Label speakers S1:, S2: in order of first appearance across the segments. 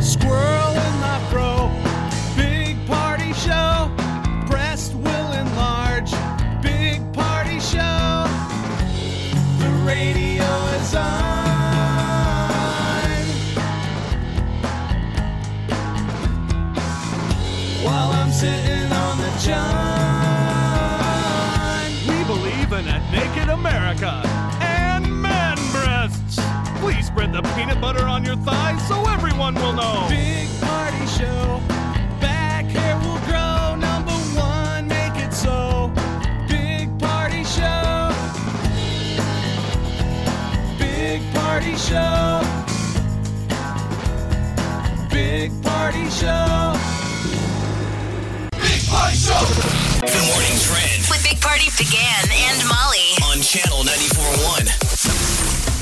S1: Squirrel in my fro, big party show. Breast will enlarge, big party show. The radio is on. While I'm sitting on the john.
S2: We believe in a naked America and man breasts. Please spread the peanut butter on your thighs so everyone will know.
S1: Big party show. Back hair will grow. Number one, make it so. Big party show. Big party show. Big party show. Big party show.
S3: The morning trend
S4: With Big Party began and Molly.
S3: on channel 94.1.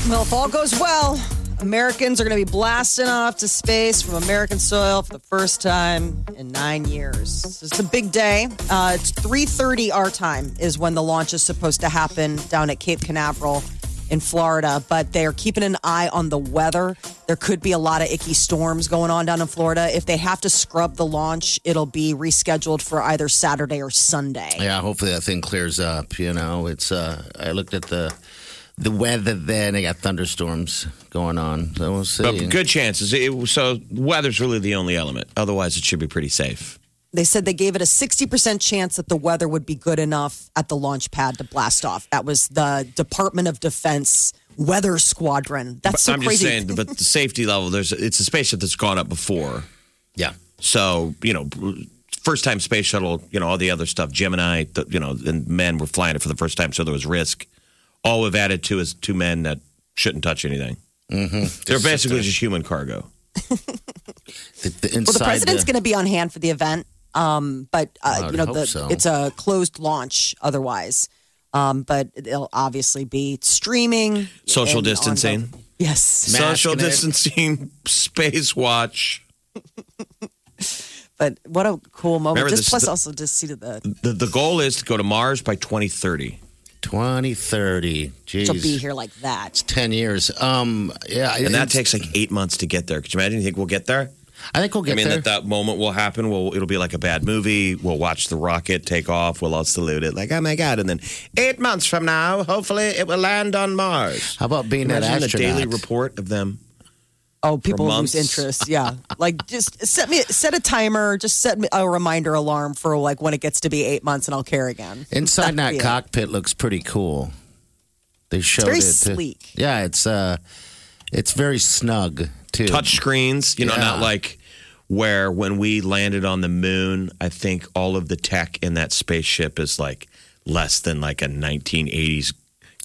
S5: Well, if all goes well, Americans are going to be blasting off to space from American soil for the first time in nine years. So It's a big day. Uh, it's 3:30 our time is when the launch is supposed to happen down at Cape Canaveral in Florida. But they are keeping an eye on the weather. There could be a lot of icky storms going on down in Florida. If they have to scrub the launch, it'll be rescheduled for either Saturday or Sunday.
S6: Yeah, hopefully that thing clears up. You know, it's. Uh, I looked at the the weather there, and they got thunderstorms going on. So we'll see.
S1: But good chances. It, so weather's really the only element. Otherwise, it should be pretty safe.
S5: they said they gave it a 60% chance that the weather would be good enough at the launch pad to blast off. That was the Department of Defense weather squadron. That's so
S1: I'm
S5: crazy.
S1: just saying, but the safety level, there's it's a spaceship that's gone up before.
S6: Yeah.
S1: So, you know, first time space shuttle, you know, all the other stuff, Gemini, the, you know, and men were flying it for the first time. So there was risk. All we've added to is two men that shouldn't touch anything.
S3: Mm-hmm.
S1: They're basically just human cargo.
S6: The, the
S5: well, the
S6: inside
S5: president's
S6: the-
S5: going to be on hand for the event, um, but uh,
S6: I would
S5: you know, the,
S6: hope so.
S5: it's a closed launch otherwise. Um, but it'll obviously be streaming, and
S1: Social
S5: on the-
S1: distancing.
S5: yes,
S6: Mask
S1: Social
S6: and it-
S1: distancing, space watch.
S5: but what a cool moment!
S1: Remember
S5: just
S1: this-
S5: plus
S1: the-
S5: also just see to the
S1: The, the goal is to go to Mars by 2030.
S6: 2030. Jeez.
S5: she'll be here like that.
S6: 10 years. Um, yeah.
S1: And that takes like eight months to get there. Could you imagine? You think we'll get there?
S6: I think we'll get
S1: I mean,
S6: there.
S1: that that moment will happen. Well, it'll be like a bad movie. We'll watch the rocket take off. We'll all salute it, like, oh my God. And then eight months from now, hopefully it will land on Mars.
S6: How about being that
S1: Imagine the
S6: astronaut?
S1: daily report of them.
S5: Oh, people
S1: months.
S5: lose interest. Yeah, like just set me set a timer, just set me a reminder alarm for like when it gets to be eight months, and I'll care again.
S6: Inside that
S5: Yeah.
S6: cockpit looks pretty cool. They showed
S5: very
S6: it. to-
S5: sleek.
S6: Yeah, it's uh, it's very snug too.
S1: Touch screens, you know,
S6: Yeah.
S1: not like where when we landed on the moon, I think all of the tech in that spaceship is like less than like a 1980s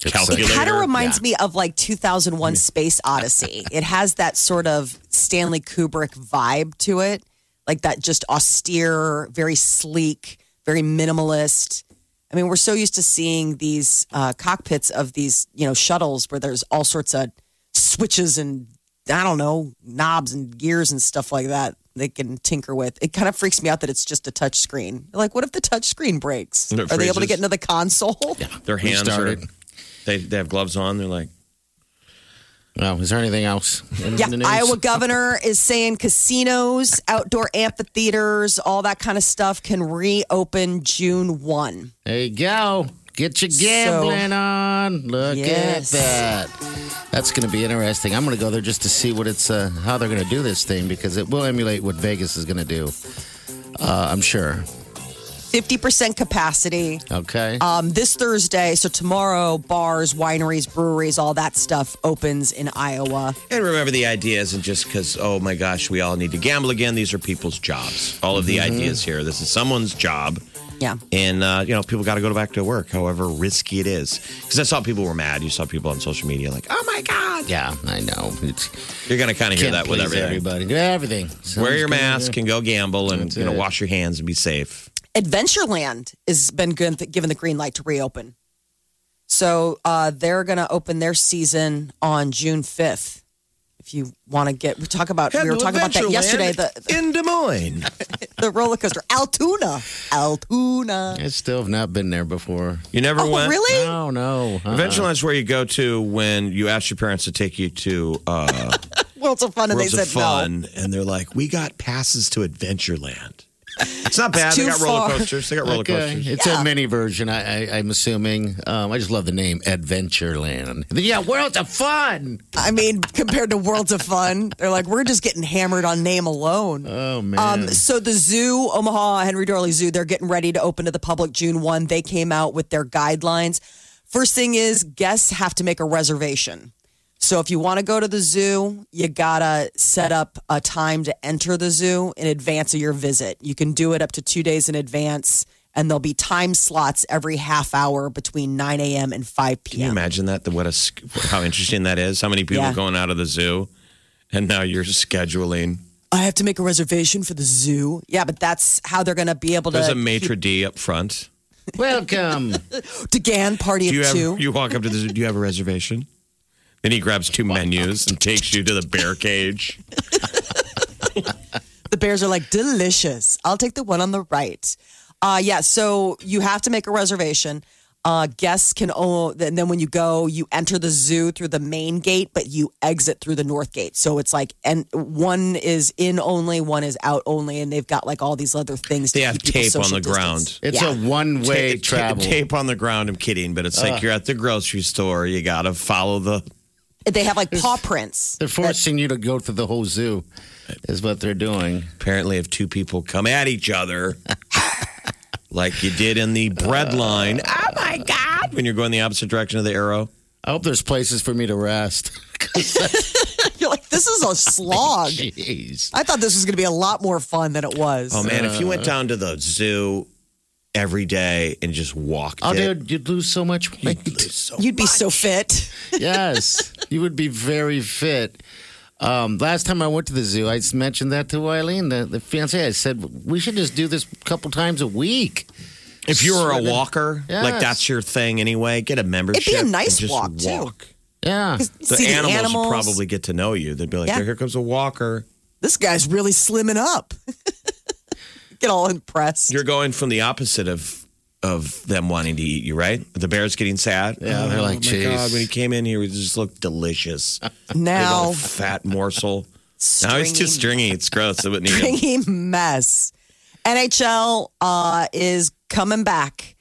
S6: It's like-
S5: It
S1: calculator.
S5: kind of reminds me of like 2001: Space Odyssey. it has that sort of Stanley Kubrick vibe to it, like that just austere, very sleek, very minimalist. I mean, we're so used to seeing these uh, cockpits of these, you know, shuttles where there's all sorts of switches and I don't know knobs and gears and stuff like that they can tinker with. It kind of freaks me out that it's just a touch screen. Like, what if the touch screen breaks?
S1: And
S5: Are
S1: it
S5: they able to
S1: freezes.
S5: get into the console?
S1: Their hands are,
S6: Restarted.
S1: they, they have gloves on. They're like,
S6: Well, Oh, is there anything else? In
S5: Yeah,
S6: the news?
S5: Iowa governor is saying casinos, outdoor amphitheaters, all that kind of stuff can reopen June 1.
S6: There you go. Get your gambling on. Look
S5: Yes.
S6: at that. That's going to be interesting. I'm going to go there just to see what it's uh, how they're going to do this thing because it will emulate what Vegas is going to do. Uh, I'm sure.
S5: 50% capacity.
S6: Okay.
S5: Um, this Thursday, so tomorrow, bars, wineries, breweries, all that stuff opens in Iowa.
S1: And remember, the idea isn't just because, oh my
S6: Mm-hmm.
S1: gosh, we all need to gamble again. These are people's jobs. All of the ideas here. This is someone's job.
S5: Yeah.
S1: And, uh, you know, people got to go back to work, however risky it is. Because I saw people were mad. You saw people on social media like, oh my God.
S6: Yeah, I know. It's,
S1: You're going to kind of hear
S6: can't
S1: that with
S6: please
S1: everything.
S6: everybody. Yeah, everything.
S1: Wear
S6: Someone's
S1: your
S6: gonna-
S1: mask and go gamble and,
S6: That's
S1: you know,
S6: it.
S1: wash your hands and be safe.
S5: Adventureland has been given given the green light to reopen. So uh, they're going to open their season on June 5th. If you want to get, we talk about, we were talking about that yesterday. The,
S1: in Des Moines.
S5: the roller coaster, Altoona, Altoona.
S6: I still have not been there before.
S1: You never
S5: Oh,
S1: went.
S5: really?
S6: No, no. uh-uh.
S1: Adventureland is where you go to when you ask your parents to take you to uh,
S5: Worlds of Fun, and
S1: Worlds
S5: they
S1: of
S5: said no.
S1: Fun, and they're like, "We got passes to Adventureland." It's not bad. they
S5: too
S1: got roller
S5: far.
S1: coasters. They got roller
S6: Okay.
S1: coasters.
S6: It's a mini version, I, I, I'm assuming. Um, I just love the name Adventureland. Yeah, worlds of fun.
S5: I mean, compared to Worlds of Fun, they're like, we're just getting hammered on name alone.
S6: Oh man.
S5: Um, so the zoo, Omaha Henry Dorley Zoo, they're getting ready to open to the public June one. They came out with their guidelines. First thing is guests have to make a reservation. So if you want to go to the zoo, you gotta set up a time to enter the zoo in advance of your visit. You can do it up to two days in advance, and there'll be time slots every half hour between nine a.m. and five
S1: Can you
S5: p.m.
S1: imagine that? The, what a sc- how interesting that is. How many people
S5: Yeah.
S1: going out of the zoo, and now you're scheduling.
S5: I have to make a reservation for the zoo. Yeah, but that's how they're gonna be able to
S1: There's a maitre d up front.
S6: Welcome.
S5: to GAN party
S1: Do you
S5: of
S1: have?
S5: two.
S1: You walk up to the zoo. Do you have a reservation? Then he grabs two menus and takes you to the bear cage.
S5: the bears are like delicious i'll take the one on the right uh yeah so you have to make a reservation uh guests can oh and then when you go you enter the zoo through the main gate but you exit through the north gate so it's like and one is in only one is out only and they've got like all these other things to
S1: They have
S5: keep people
S1: tape on
S5: social
S1: the
S5: distance.
S1: ground.
S6: It's
S5: Yeah.
S6: a one way
S1: Ta- ta-
S6: travel.
S1: tape on the ground. I'm kidding, but it's like you're at the grocery store. You gotta follow the
S5: they have like paw prints
S6: They're forcing you to go through the whole zoo, is what they're doing.
S1: apparently if two people come at each other like you did in the bread line oh my god when you're going the opposite direction of the arrow
S6: I hope there's places for me to rest. 'Cause that's-
S5: you're like this is a slog
S6: Jeez.
S5: i thought this was going to be a lot more fun than it was
S1: oh man if you went down to the zoo every day and just walked
S6: Oh,
S1: it,
S6: dude, you'd lose so much weight.
S5: you'd be so fit
S6: yes, you would be very fit. Um, last time I went to the zoo, I just mentioned that to Eileen, the, the fiance. I said we should just do this a couple times a week.
S1: if you were a
S6: Swimming.
S1: walker
S6: Yes.
S1: like that's your thing anyway get a membership
S5: nice
S1: and just
S5: walk, too.
S6: Yeah,
S1: the
S5: See
S1: animals,
S5: the animals
S1: would probably get to know you they'd be like
S5: Yeah.
S1: "Oh, here comes a walker
S5: this guy's really slimming up. Get all impressed.
S1: you're going from the opposite of of them wanting to eat you, right? The bear's getting sad.
S6: Yeah, they're
S1: oh,
S6: like,
S1: my God,
S6: "Jeez."
S1: when he came in here, he just looked delicious. Big
S5: now,
S1: old fat morsel. Now he's too stringy. It's gross. I wouldn't eat him.
S5: stringy mess. NHL uh, is coming back.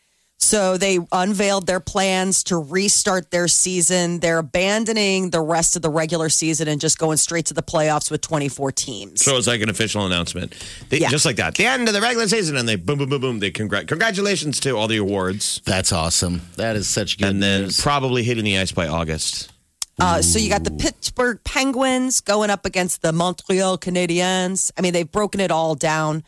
S5: So they unveiled their plans to restart their season. They're abandoning the rest of the regular season and just going straight to the playoffs with 24 teams.
S1: So it's like an official announcement. They,
S5: Yeah.
S1: Just like that. The end of the regular season, and they boom, boom, boom, boom. They congrat- congratulations to all the awards.
S6: that's awesome. That is such good
S1: And then
S6: news.
S1: probably hitting the ice by August.
S5: Uh, so you got the Pittsburgh Penguins going up against the Montreal Canadiens. I mean, they've broken it all down.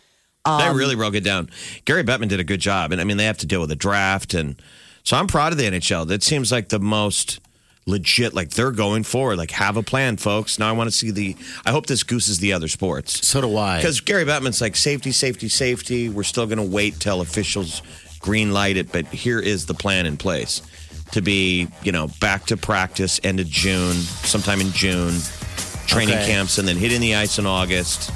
S6: Um,
S1: they really broke it down. Gary Bettman did a good job. And I mean, they have to deal with the draft. And so I'm proud of the NHL. That seems like the most legit, like they're going forward. Like, have a plan, folks. Now I want to see the, I hope this gooses the other sports.
S6: so do I.
S1: Because Gary Bettman's like safety, safety, safety. We're still going to wait till officials green light it, but here is the plan in place to be, you know, back to practice end of June, sometime in June, training
S6: Okay.
S1: camps, and then hitting the ice in August,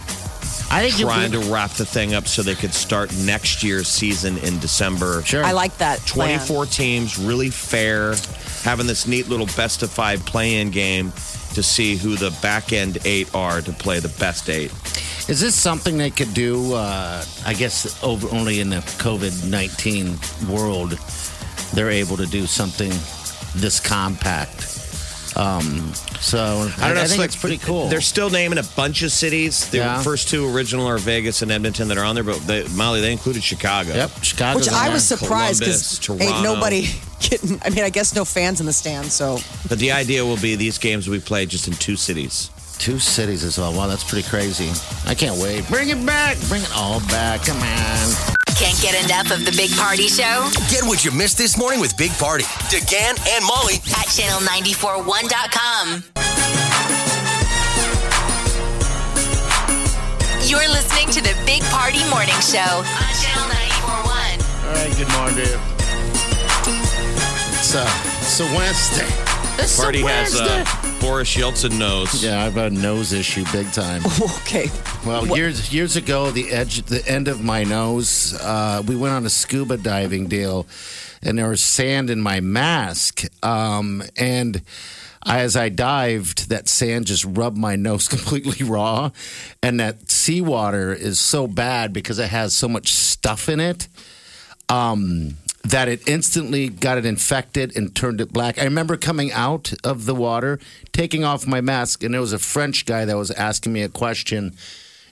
S6: I think you're
S1: trying to wrap the thing up so they could start next year's season in December.
S6: sure.
S5: I like that. plan.
S1: 24 teams, really fair, having this neat little best of five play in game to see who the back end eight are to play the best eight.
S6: Is this something they could do? Uh, I guess over, only in the COVID nineteen world, they're able to do something this compact. Um, so I, I
S1: it's
S6: think
S1: like-
S6: it's pretty cool.
S1: They're still naming a bunch of cities. The
S6: Yeah.
S1: first two original are Vegas and Edmonton that are on there, but they, Molly, they included Chicago.
S6: Yep, Chicago.
S5: Which I was
S1: there.
S5: surprised because
S1: Columbus,
S5: ain't
S1: Toronto.
S5: nobody getting. I mean, I guess no fans in the stands, so
S1: But the idea will be these games will be played just in two cities.
S6: two cities as well. Wow, that's pretty crazy. I can't wait. Bring it back. Bring it all back. Come on.
S4: Can't get enough of the Big Party Show
S3: Get what you missed this morning with Big Party, DeGan and Molly
S4: at channel941.com. You're listening to the Big Party Morning Show on channel 941.
S6: All right, good morning. It's uh, it's a Wednesday. It's
S1: Party
S6: a
S1: has
S6: Wednesday.
S1: uh, Boris Yeltsin nose.
S6: yeah, I have a nose issue, big time.
S5: Okay.
S6: Well, years years ago, the edge, the end of my nose, uh, we went on a scuba diving deal, and there was sand in my mask, um, and. I, as I dived, that sand just rubbed my nose completely raw. And that seawater is so bad because it has so much stuff in it that it instantly got it infected and turned it black. I remember coming out of the water, taking off my mask, and there was a French guy that was asking me a question,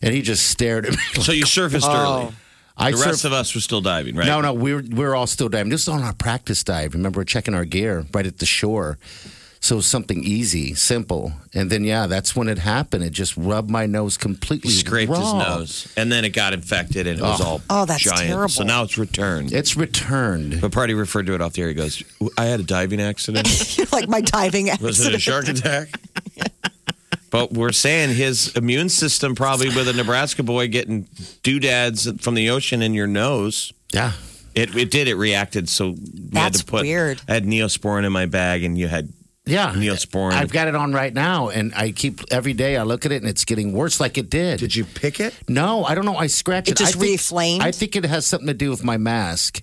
S6: and he just stared at me.
S1: So you surfaced
S6: Oh.
S1: early.
S6: I
S1: The rest
S6: surf-
S1: of us were still diving, right?
S6: no, no, we're we're all still diving. This is on our practice dive. Remember, we're checking our gear right at the shore. So something easy, simple, and then yeah, that's when it happened. It just rubbed my nose completely.
S1: He scraped his
S6: raw.
S1: nose, and then it got infected, and it was all
S5: Oh, that's
S1: giant.
S5: terrible.
S1: So now it's returned.
S6: It's returned.
S1: but Party referred to it off the air. He goes, "I had a diving accident.
S5: like my diving
S1: Was it a
S5: accident.
S1: shark attack?" But we're saying his immune system probably with a Nebraska boy getting doodads from the ocean in your nose.
S6: Yeah,
S1: It, it did. It reacted. So we had
S5: That's
S1: to put.
S5: weird.
S1: I had neosporin in my bag, and you had.
S6: Yeah.
S1: Neosporin.
S6: I've got it on right now, and I keep every day I look at it and it's getting worse like it did.
S7: you pick it?
S6: No, I don't know. I scratch it.
S5: It just
S6: I think-
S5: reflamed?
S6: I think it has something to do with my mask.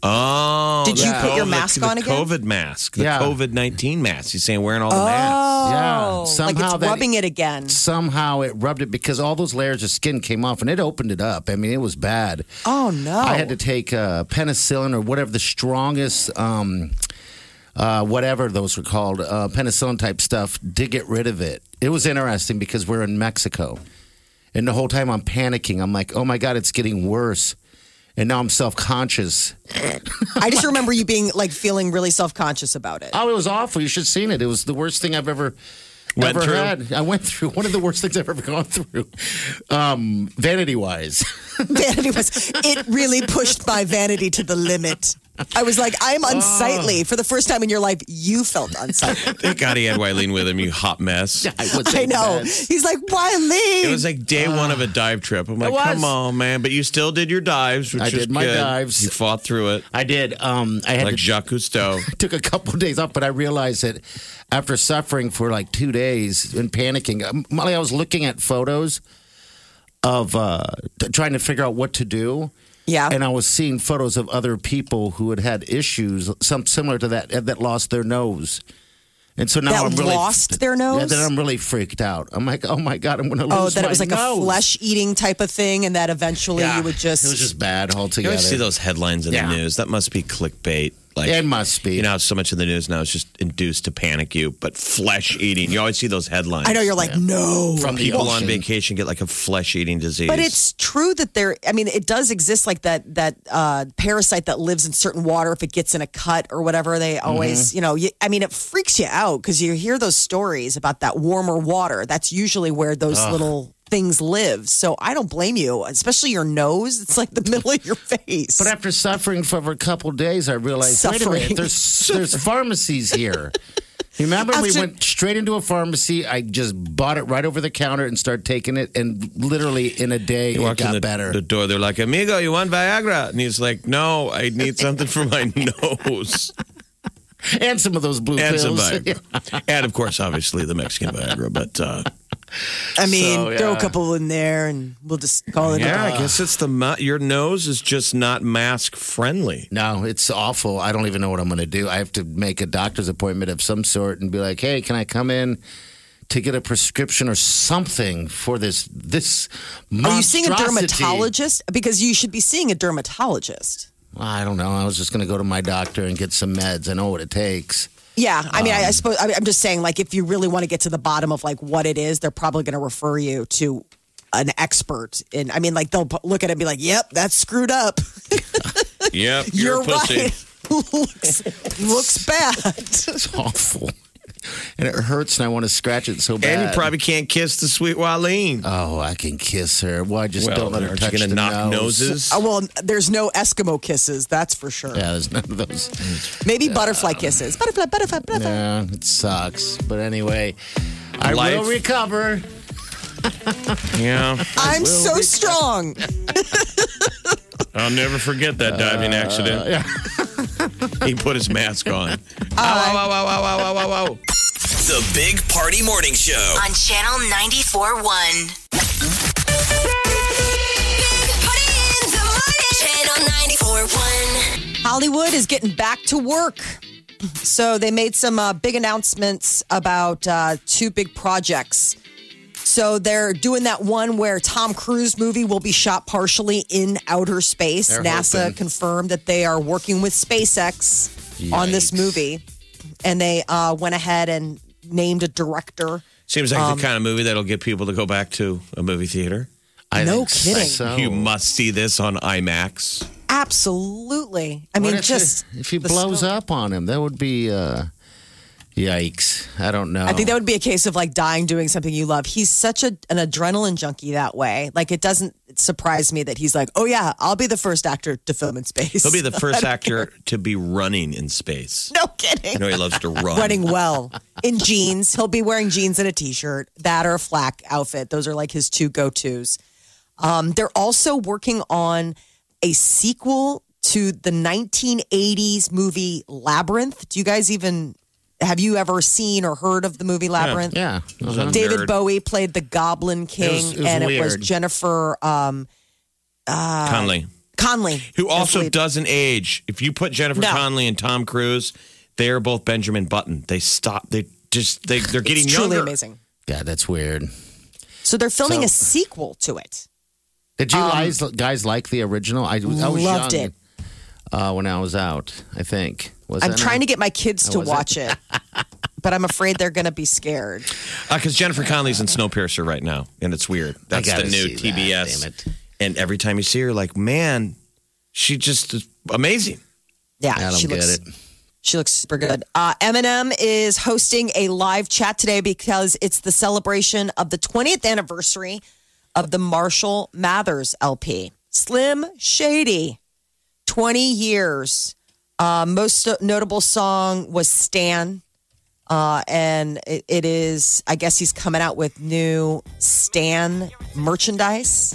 S1: Oh,
S5: Did you
S1: the
S5: put your
S1: COVID-
S5: mask
S1: the
S5: on again?
S1: COVID mask, the
S6: Yeah.
S1: COVID nineteen mask. He's saying wearing all the
S5: Oh,
S1: masks.
S6: Yeah,
S5: like
S6: somehow
S5: it's
S6: that-
S5: rubbing it again.
S6: Somehow it rubbed it because all those layers of skin came off and it opened it up. I mean, it was bad.
S5: Oh no!
S6: I had to take uh, penicillin or whatever the strongest, um, uh, whatever those were called, uh, penicillin type stuff to get rid of it. It was interesting because we're in Mexico. And the whole time I'm panicking. I'm like, oh my God, it's getting worse. And now I'm self conscious.
S5: I just remember you being like feeling really self conscious about it.
S6: Oh, it was awful. You should have seen it. It was the worst thing I've ever.
S1: Went
S6: ever
S1: through?
S6: had. I went through one of the worst things I've ever gone through, um, vanity wise.
S5: vanity was it really pushed my vanity to the limit. I was like, I'm unsightly. For the first time in your life, you felt unsightly.
S1: Thank God he had Wileen with him. You hot mess.
S6: I, would
S5: I
S6: say
S5: know.
S6: that.
S5: He's like, why leave?
S1: It was like day one of a dive trip. I'm like,
S6: was.
S1: come on, man. But you still did your dives, which
S6: I
S1: is
S6: did my
S1: good.
S6: dives.
S1: You fought through it
S6: I did. Um, I had
S1: like
S6: to
S1: Jacques Cousteau.
S6: took a couple of days off, but I realized that after suffering for like two days and panicking, um, Molly, I was looking at photos of uh, t- trying to figure out what to do.
S5: Yeah.
S6: And I was seeing photos of other people who had had issues, some similar to that, that lost their nose. And so now
S5: That
S6: I'm really
S5: lost their nose?
S6: Yeah, then I'm really freaked out. I'm like, oh my god, I'm gonna lose.
S5: oh, that it
S6: my
S5: was like
S6: nose.
S5: a flesh eating type of thing, and that eventually
S6: Yeah.
S5: you would just.
S6: It was just bad
S1: You
S6: altogether.
S1: always see those headlines in
S6: Yeah.
S1: the news. That must be clickbait. Like
S6: It must be.
S1: You know, how so much of the news now is just induced to panic you. But flesh eating, you always see those headlines.
S5: I know you're like, no.
S6: from the
S1: people on
S6: ocean.
S1: vacation get like a flesh eating disease.
S5: But it's true that there. I mean, it does exist, like that that uh, parasite that lives in certain water. If it gets in a cut or whatever, they
S6: Mm-hmm.
S5: always, you know, you, I mean, it freaks you out because you hear those stories about that warmer water. That's usually where those little things live. So I don't blame you, especially your nose. It's like the middle of your face.
S6: But after suffering for over a couple days, I realized wait a
S5: Suffering.
S6: minute, there's there's pharmacies here. Remember, we
S5: After-
S6: went straight into a pharmacy. I just bought it right over the counter and started taking it, and literally in a day,
S1: He
S6: it
S1: walked in
S6: got
S1: the,
S6: better.
S1: the door. They're like, "Amigo, you want Viagra?" And he's like, "No, I need something for my nose
S6: and some of those blue
S1: and
S6: pills.
S1: some Viagra, and of course, obviously, the Mexican Viagra." But uh,
S5: I mean,
S6: So,
S5: throw a
S6: yeah.
S5: couple in there, and we'll just call it. a
S1: yeah,
S5: day.
S1: I guess it's the ma- your nose is just not mask friendly.
S6: No, it's awful. I don't even know what I'm going to do. I have to make a doctor's appointment of some sort and be like, "Hey, can I come in to get a prescription or something for this this
S5: Are you seeing a
S6: monstrosity?"
S5: dermatologist? Because you should be seeing a dermatologist.
S6: I don't know. I was just going to go to my doctor and get some meds. I know what it takes.
S5: Yeah, I mean, I,
S6: Um,
S5: I suppose I mean, I'm just saying, like, if you really want to get to the bottom of like what it is, they're probably going to refer you to an expert. And I mean, like, they'll p- look at it and be like, "Yep, that's screwed up.
S1: Yep,
S5: You're, right. looks looks bad."
S6: It's awful. and it hurts, and I want to scratch it so bad.
S1: And you probably can't kiss the sweet Wileen.
S6: Oh, I can kiss her. Well, I just
S1: well,
S6: don't let her
S1: aren't
S6: touch
S1: you gonna
S6: the
S1: knock
S6: nose.
S1: noses?
S5: Oh, well, there's no Eskimo kisses, that's for sure.
S6: Yeah, there's none of
S1: Mm.
S6: those.
S5: Maybe butterfly kisses. Butterfly, butterfly, butterfly.
S6: Yeah, it sucks. But anyway, I
S1: Life-
S6: will recover.
S1: Yeah.
S5: I'm so strong.
S1: I'll never forget
S6: Uh,
S1: that diving accident. he put his mask on. Ow, ow, ow, ow, ow, ow, ow, ow, ow.
S3: The Big Party Morning Show.
S4: on Channel 94.1. Channel 94.1.
S5: Hollywood is getting back to work. So they made some uh, big announcements about uh, two big projects. So they're doing that one where Tom Cruise movie will be shot partially in outer space.
S6: They're
S5: NASA
S6: hoping.
S5: confirmed that they are working with SpaceX on this
S6: Yikes.
S5: movie, and they uh, went ahead and named a director.
S1: Seems like
S5: Um,
S1: the kind of movie that'll get people to go back to a movie theater.
S6: I
S5: No
S6: think
S5: kidding.
S6: So.
S1: You must see this on IMAX.
S5: Absolutely. I
S6: What
S5: mean,
S6: if
S5: just
S6: he- if he
S5: the
S6: blows
S5: scope.
S6: up on him, that would be uh, yikes. I don't know.
S5: I think that would be a case of like dying doing something you love. He's such a, an adrenaline junkie that way. Like it doesn't surprise me that he's like, oh yeah, I'll be the first actor to film in space.
S1: He'll be the first actor to be running in space.
S5: no kidding.
S1: I know he loves to run.
S5: Running well in jeans. He'll be wearing jeans and a t-shirt, that or a flak outfit. Those are like his two go-tos. Um, they're also working on a sequel to the 1980s movie Labyrinth. Do you guys even have you ever seen or heard of the movie Labyrinth?
S6: Yeah. Uh-huh.
S1: a
S5: David
S1: nerd.
S5: Bowie played the Goblin King,
S6: was- it was
S5: and it was
S6: weird.
S5: Jennifer um,
S1: Conley,
S5: Conley,
S1: who also
S5: played-
S1: doesn't age. If you put Jennifer
S5: No.
S1: Conley and Tom Cruise, they are both Benjamin Button. They stop. They just they they're
S5: It's
S1: getting
S5: truly
S1: younger.
S5: amazing.
S6: God, that's weird.
S5: So they're filming
S6: So-
S5: a sequel to it.
S6: Did you guys, guys like the original? I, was- I
S5: Um,
S6: was
S5: Loved
S6: young,
S5: it.
S6: uh, when I was out. I think was
S5: I'm trying to get my kids to
S6: was
S5: watch it, but I'm afraid they're going to be scared.
S1: Because Uh, Jennifer Conley's in Snowpiercer right now, and it's weird. That's the
S6: gotta
S1: new
S6: see that,
S1: TBS.
S6: damn it.
S1: And every time you see her, like man, she just is amazing.
S5: Yeah,
S6: I don't
S5: she
S6: get
S5: looks
S6: it.
S5: She looks super good. Uh, Eminem is hosting a live chat today because it's the celebration of the 20th anniversary of the Marshall Mathers LP. Slim Shady, 20 years. Uh, most notable song was Stan. Uh, and it, it is, I guess he's coming out with new Stan merchandise.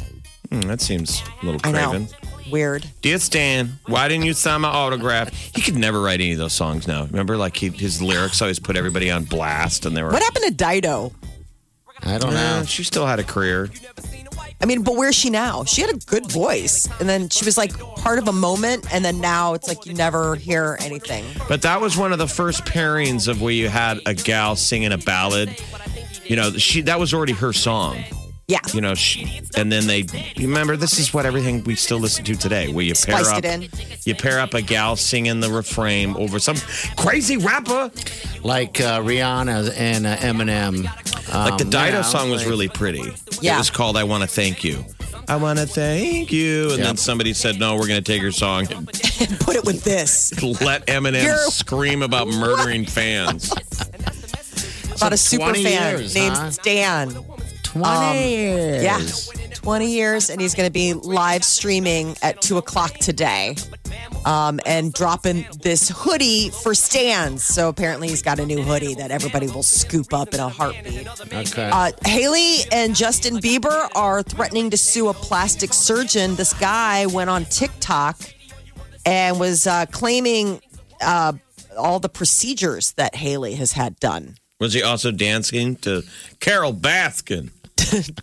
S1: Hmm, that seems a little
S5: I know.
S1: craven.
S5: Weird.
S1: Dear Stan, why didn't you sign my autograph? He could never write any of those songs now. Remember, like he, his lyrics always put everybody on blast, and they were.
S5: What happened to Dido?
S6: I don't
S1: Eh,
S6: know.
S1: she still had a career.
S5: I mean, but where's she now? She had a good voice, and then she was like part of a moment, and then now it's like you never hear anything.
S1: But that was one of the first pairings of where you had a gal singing a ballad. You know, she that was already her song.
S5: Yeah,
S1: You know, she, and then they you remember this is what everything we still listen to today, where you pair
S5: Spliced it
S1: up,
S5: in.
S1: you pair up a gal singing the refrain over some crazy rapper.
S6: Like uh, Rihanna and uh, Eminem.
S1: Like the
S6: Um,
S1: Dido
S6: yeah,
S1: song was
S6: like-
S1: really pretty.
S5: Yeah.
S1: It was called I Want to Thank You. I want to thank you. And
S6: Yeah.
S1: then somebody said, no, we're going to take your song and
S5: put it with this
S1: let Eminem
S5: You're-
S1: scream about murdering fans.
S5: about a super
S6: 20
S5: fan
S6: years,
S5: named
S6: huh?
S5: Stan.
S6: twenty years.
S5: Um, Yeah, twenty years, and he's going to be live streaming at two o'clock today, um, and dropping this hoodie for Stan. So apparently, he's got a new hoodie that everybody will scoop up in a heartbeat.
S6: Okay.
S5: Uh, Haley and Justin Bieber are threatening to sue a plastic surgeon. This guy went on TikTok and was uh, claiming uh, all the procedures that Haley has had done.
S1: Was he also dancing to Carol Baskin?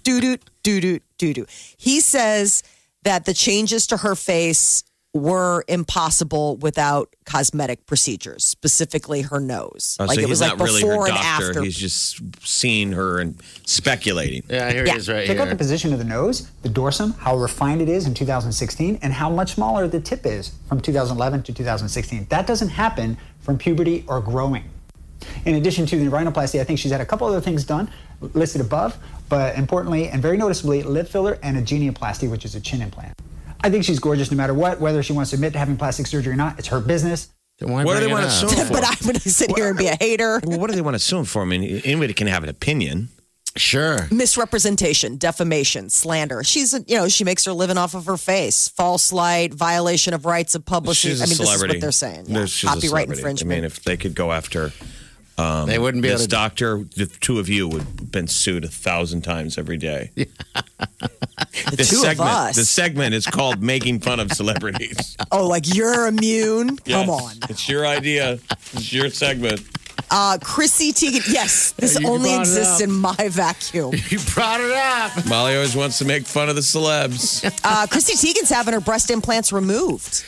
S5: Doo doo doo doo doo doo. He says that the changes to her face were impossible without cosmetic procedures, specifically her nose.
S1: Oh,
S5: like
S1: so
S5: it
S1: he's
S5: was like
S1: not really her
S5: before and
S1: doctor.
S5: after.
S1: He's just seeing her and speculating.
S6: yeah, here
S5: yeah.
S6: it is right
S8: Check out the
S6: here.
S8: position of the nose, the dorsum, how refined it is in 2016, and how much smaller the tip is from 2011 to 2016. That doesn't happen from puberty or growing. In addition to the rhinoplasty, I think she's had a couple other things done listed above, but importantly and very noticeably, lip filler and a genioplasty, which is a chin implant. I think she's gorgeous no matter what, whether she wants to admit to having plastic surgery or not, it's her business.
S6: Then why
S1: What do
S6: bring
S1: they want
S6: it
S1: to
S6: up?
S1: sue him for?
S5: but I'm going to sit here and be a hater.
S1: well, what do they want to sue him for? I mean, anybody can have an opinion.
S6: Sure.
S5: Misrepresentation, defamation, slander. She's, you know, she makes her living off of her face. False light, violation of rights of publishing.
S1: She's a
S5: I mean,
S1: celebrity.
S5: this is what they're saying.
S1: There's- she's a
S5: Copyright
S1: celebrity.
S5: infringement.
S1: I mean, if they could go after Um,
S6: they wouldn't be able
S1: this
S6: to.
S1: doctor, the two of you would have been sued a thousand times every day.
S5: the
S1: This
S5: two
S1: segment,
S5: of us.
S1: The segment is called "Making Fun of Celebrities."
S5: oh, like you're immune?
S1: Yes.
S5: Come on.
S1: it's your idea. It's your segment.
S5: Uh, Chrissy Teigen. Yes, this
S6: You
S5: only
S6: brought it
S5: exists
S6: up.
S5: in my vacuum.
S6: you brought it up.
S1: Molly always wants to make fun of the celebs.
S5: Uh, Chrissy Teigen's having her breast implants removed.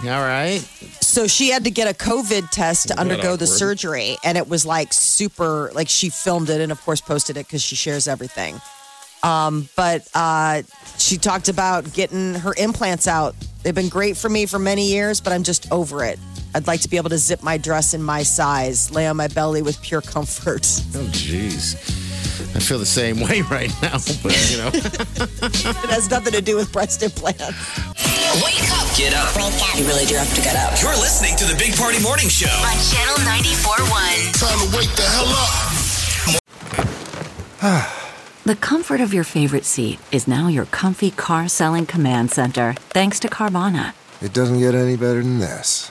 S6: All right.
S5: So she had to get a COVID test to
S1: Isn't that
S5: undergo the
S1: awkward?
S5: surgery. And it was like super, like she filmed it and, of course, posted it because she shares everything. Um, but uh, she talked about getting her implants out. They've been great for me for many years, but I'm just over it. I'd like to be able to zip my dress in my size, lay on my belly with pure comfort.
S6: Oh, jeez. I feel the same way right now, but you know.
S5: It has nothing to do with breast implants.
S4: Wake up
S3: Get up.
S4: You really do have to get up.
S3: You're listening to the Big Party Morning Show.
S4: On Channel 94.1.
S9: Time to wake the hell up.
S10: The comfort of your favorite seat is now your comfy car selling command center, thanks to Carvana.
S7: It doesn't get any better than this.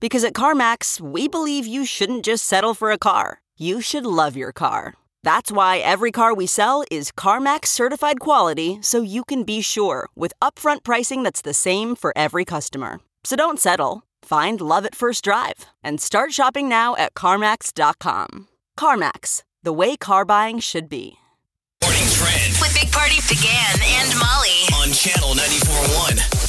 S11: Because at CarMax, we believe you shouldn't just settle for a car, you should love your car. That's why every car we sell is CarMax certified quality so you can be sure with upfront pricing that's the same for every customer. So don't settle. Find love at first drive and start shopping now at CarMax.com. CarMax, the way car buying should be.
S3: Morning Trend
S4: With Big Party began and Molly.
S3: on Channel 94.1.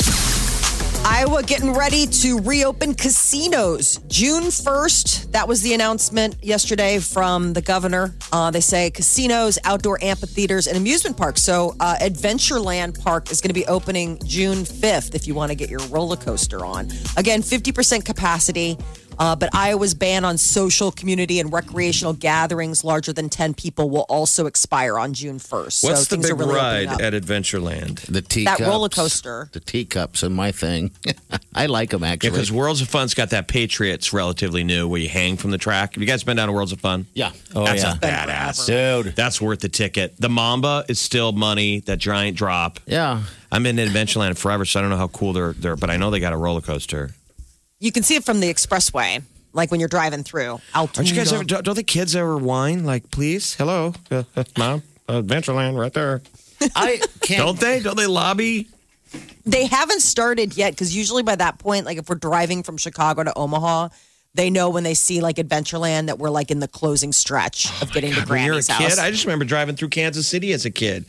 S5: Iowa getting ready to reopen casinos June 1st. That was the announcement yesterday from the governor. Uh, they say casinos, outdoor amphitheaters, and amusement parks. So, uh, Adventureland Park is going to be opening June 5th if you want to get your roller coaster on. Again, 50% capacity. Uh, but Iowa's ban on social, community, and recreational gatherings larger than 10 people will also expire on June 1st.
S1: What's
S5: so
S1: the
S5: things
S1: big
S5: are really opening up.
S1: ride at Adventureland?
S6: The teacups.
S5: roller coaster.
S6: The teacups are my thing. I like them
S1: Yeah,
S6: actually.
S1: because Worlds of Fun's got that Patriots relatively new where you hang from the track. Have you guys been down to Worlds of Fun?
S6: Yeah.
S1: Oh, That's
S6: yeah.
S1: a badass.
S6: Dude.
S1: That's worth the ticket. The Mamba is still money, that giant drop.
S6: yeah.
S1: I'm in Adventureland forever, so I don't know how cool they're, they're but I know they got a roller coaster.
S5: You can see it from the expressway, like when you're driving through. Altoona.
S1: Aren't you guys ever, don't, don't the kids ever whine? Like, please? Hello? Uh, uh, Mom? Adventureland right there.
S6: I can't.
S1: Don't they? Don't they lobby?
S5: They haven't started yet because usually by that point, like if we're driving from Chicago to Omaha, they know when they see like Adventureland that we're like in the closing stretch of getting to
S1: Oh When you're a
S5: Granny's
S1: kid,
S5: house.
S1: I just remember driving through Kansas City as a kid.